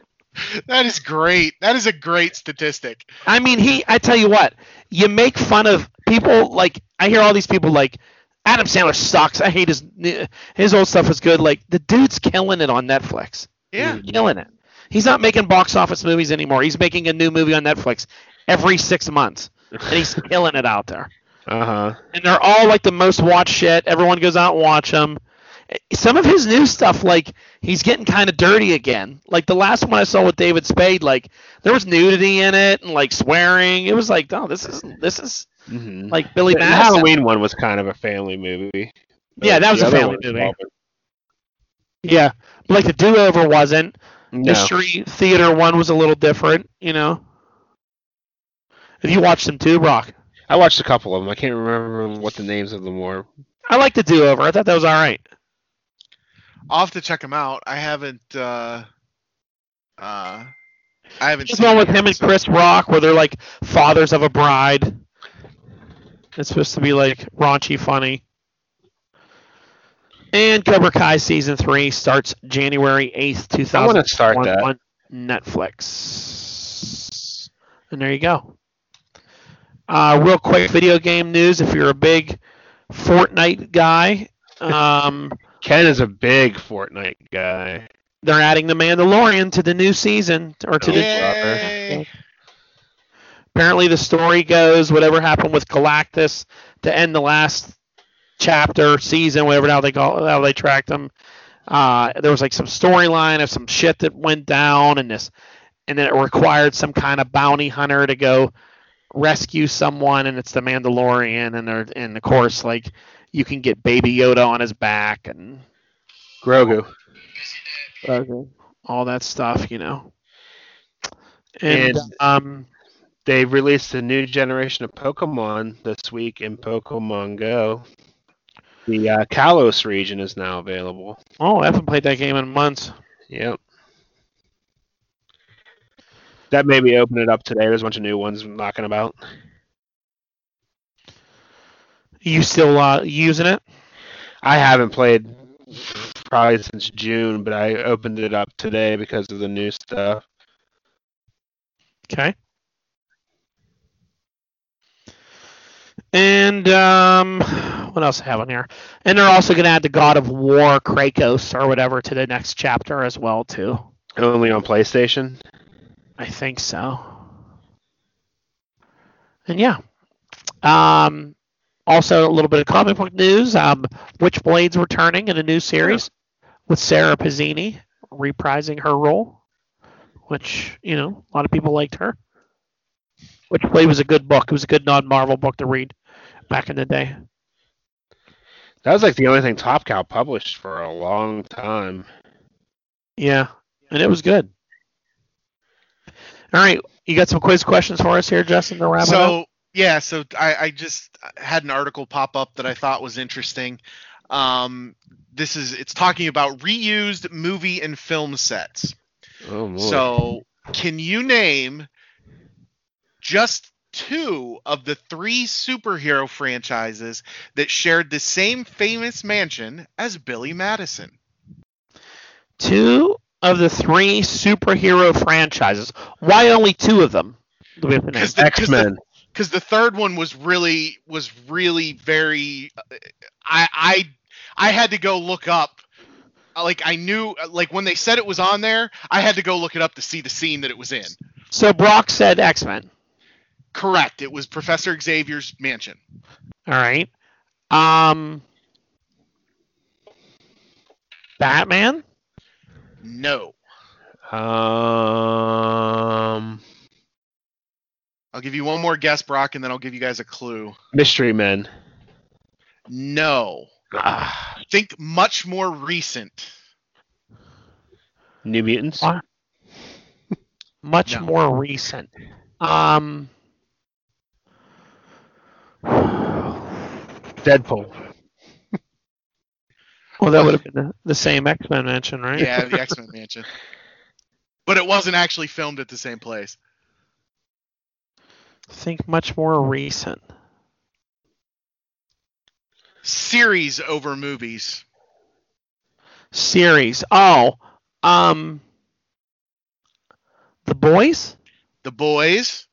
Speaker 3: That is great. That is a great statistic.
Speaker 1: I mean, he. I tell you what, you make fun of people. Like I hear all these people like Adam Sandler sucks. I hate his his old stuff is good. Like the dude's killing it on Netflix.
Speaker 3: Yeah.
Speaker 1: killing it. He's not making box office movies anymore. He's making a new movie on Netflix every six months, and he's killing it out there.
Speaker 2: Uh huh.
Speaker 1: And they're all like the most watched shit. Everyone goes out and watch them. Some of his new stuff, like he's getting kind of dirty again. Like the last one I saw with David Spade, like there was nudity in it and like swearing. It was like, oh, this is this is
Speaker 2: Mm-hmm.
Speaker 1: like Billy
Speaker 2: The
Speaker 1: Madison.
Speaker 2: Halloween one was kind of a family movie. but
Speaker 1: Yeah, that was
Speaker 2: the
Speaker 1: a
Speaker 2: other
Speaker 1: family
Speaker 2: one was
Speaker 1: movie.
Speaker 2: proper-
Speaker 1: Yeah, but, like the do over wasn't.
Speaker 2: No.
Speaker 1: Mystery theater one was a little different, you know. Have you watched them too, Brock?
Speaker 2: I watched a couple of them. I can't remember what the names of them were.
Speaker 1: I like the do over. I thought that was all right.
Speaker 3: I'll have to check them out. I haven't. Uh, uh, I haven't.
Speaker 1: There's
Speaker 3: seen
Speaker 1: one with
Speaker 3: them,
Speaker 1: him and
Speaker 3: so-
Speaker 1: Chris Rock where they're like fathers of a bride. It's supposed to be like raunchy, funny. And Cobra Kai season three starts January eighth, two
Speaker 2: I
Speaker 1: thousand.
Speaker 2: want to start that.
Speaker 1: on Netflix. And there you go. Uh, real quick video game news. If you're a big Fortnite guy, um,
Speaker 2: Ken is a big Fortnite guy.
Speaker 1: they're adding the Mandalorian to the new season or to the
Speaker 3: Yay.
Speaker 1: apparently the story goes whatever happened with Galactus to end the last chapter season whatever how they call how they tracked them uh, there was like some storyline of some shit that went down and this and then it required some kind of bounty hunter to go rescue someone and it's the Mandalorian and they're and of course like you can get baby Yoda on his back and
Speaker 2: Grogu.
Speaker 1: all that stuff you know and
Speaker 2: And-
Speaker 1: um
Speaker 2: They released a new generation of Pokemon this week in Pokemon Go. The uh, Kalos region is now available.
Speaker 1: oh I haven't played that game in months
Speaker 2: Yep. That made me open it up today. There's a bunch of new ones knocking about.
Speaker 1: You still uh, using it?
Speaker 2: I haven't played probably since June, but I opened it up today because of the new stuff.
Speaker 1: Okay. And um, what else I have on here? And they're also going to add the God of War Krakos or whatever to the next chapter as well too.
Speaker 2: Only on PlayStation.
Speaker 1: I think so. And yeah. Um, also a little bit of comic book news. Um, Witchblade's returning in a new series with Sarah Pizzini reprising her role, which you know a lot of people liked her. Witchblade was a good book. It was a good non-Marvel book to read back in the day.
Speaker 2: That was like the only thing Top Cow published for a long time.
Speaker 1: Yeah, and it was good. All right, you got some quiz questions for us here, Justin, to wrap it up.
Speaker 3: so yeah so I, I just had an article pop up that i thought was interesting um, this is it's talking about reused movie and film sets
Speaker 2: Oh, Lord.
Speaker 3: so can you name just two of the three superhero franchises that shared the same famous mansion as billy madison
Speaker 1: two of the three superhero franchises. Why only two of them? Do we have to name?
Speaker 3: Because the-
Speaker 2: X Men.
Speaker 3: because the third one was really was really very uh, i i i had to go look up uh, like i knew like when they said it was on there i had to go look it up to see the scene that it was in
Speaker 1: So Brock said X Men.
Speaker 3: correct it was professor xavier's mansion
Speaker 1: All right. Um, Batman.
Speaker 3: no
Speaker 2: Um,
Speaker 3: i'll give you one more guess brock and then i'll give you guys a clue
Speaker 2: Mystery Men.
Speaker 3: no
Speaker 2: Ah,
Speaker 3: think much more recent
Speaker 2: New Mutants.
Speaker 1: What? Much
Speaker 3: No.
Speaker 1: more recent. Um, well,
Speaker 2: Deadpool.
Speaker 1: that would have been the, the same X Men mention, right?
Speaker 3: yeah the x-men mansion but it wasn't actually filmed at the same place
Speaker 1: I think much more recent.
Speaker 3: series over movies
Speaker 1: series. Oh, um, the boys.
Speaker 3: The Boys.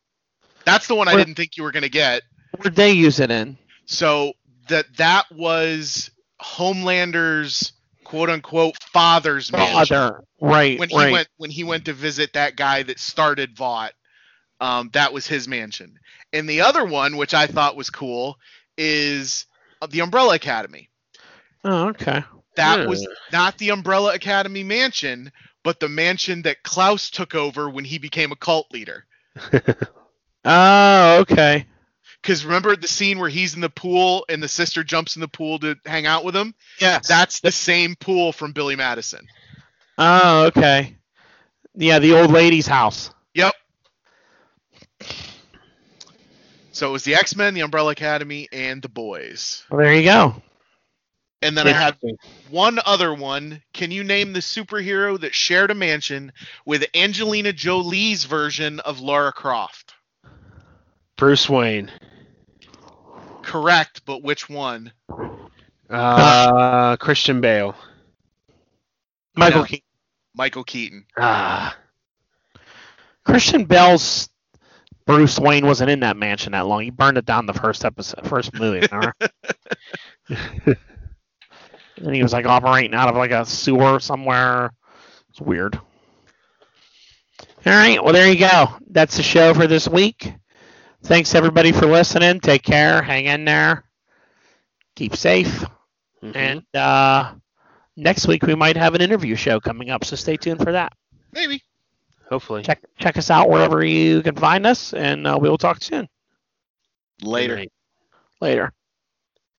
Speaker 3: That's the one I
Speaker 1: Where-
Speaker 3: didn't think you were going to get.
Speaker 1: Where'd they use it in?
Speaker 3: So that that was Homelander's quote unquote father's mansion
Speaker 1: Father. Oh, Right.
Speaker 3: when he
Speaker 1: right.
Speaker 3: went when he went to visit that guy that started Vought. Um, that was his mansion. And the other one, which I thought was cool, is uh, the Umbrella Academy.
Speaker 1: oh, okay.
Speaker 3: That
Speaker 2: Hmm.
Speaker 3: was not the Umbrella Academy mansion, but the mansion that Klaus took over when he became a cult leader.
Speaker 1: Oh, okay.
Speaker 3: Because remember the scene where he's in the pool and the sister jumps in the pool to hang out with him?
Speaker 1: Yeah.
Speaker 3: That's the same pool from Billy Madison.
Speaker 1: Oh, okay. Yeah, the old lady's house.
Speaker 3: Yep. So it was the X Men, the Umbrella Academy, and the Boys.
Speaker 1: Well, there you go.
Speaker 3: And then I had one other one. Can you name the superhero that shared a mansion with Angelina Jolie's version of Lara Croft?
Speaker 2: Bruce Wayne.
Speaker 3: Correct, but which one?
Speaker 2: Uh, Christian Bale.
Speaker 1: Michael
Speaker 3: No.
Speaker 1: Keaton.
Speaker 3: Michael Keaton.
Speaker 2: Ah,
Speaker 1: Christian Bell's Bruce Wayne wasn't in that mansion that long. He burned it down the first episode, first movie. remember? and he was like operating out of like a sewer somewhere. It's weird. All right, well there you go. That's the show for this week. Thanks everybody for listening. Take care. Hang in there. Keep safe.
Speaker 2: Mhm.
Speaker 1: And uh, next week we might have an interview show coming up, so stay tuned for that
Speaker 3: Maybe.
Speaker 2: hopefully.
Speaker 1: check check us out wherever you can find us, and uh, we will talk soon.
Speaker 3: Later.
Speaker 1: Later.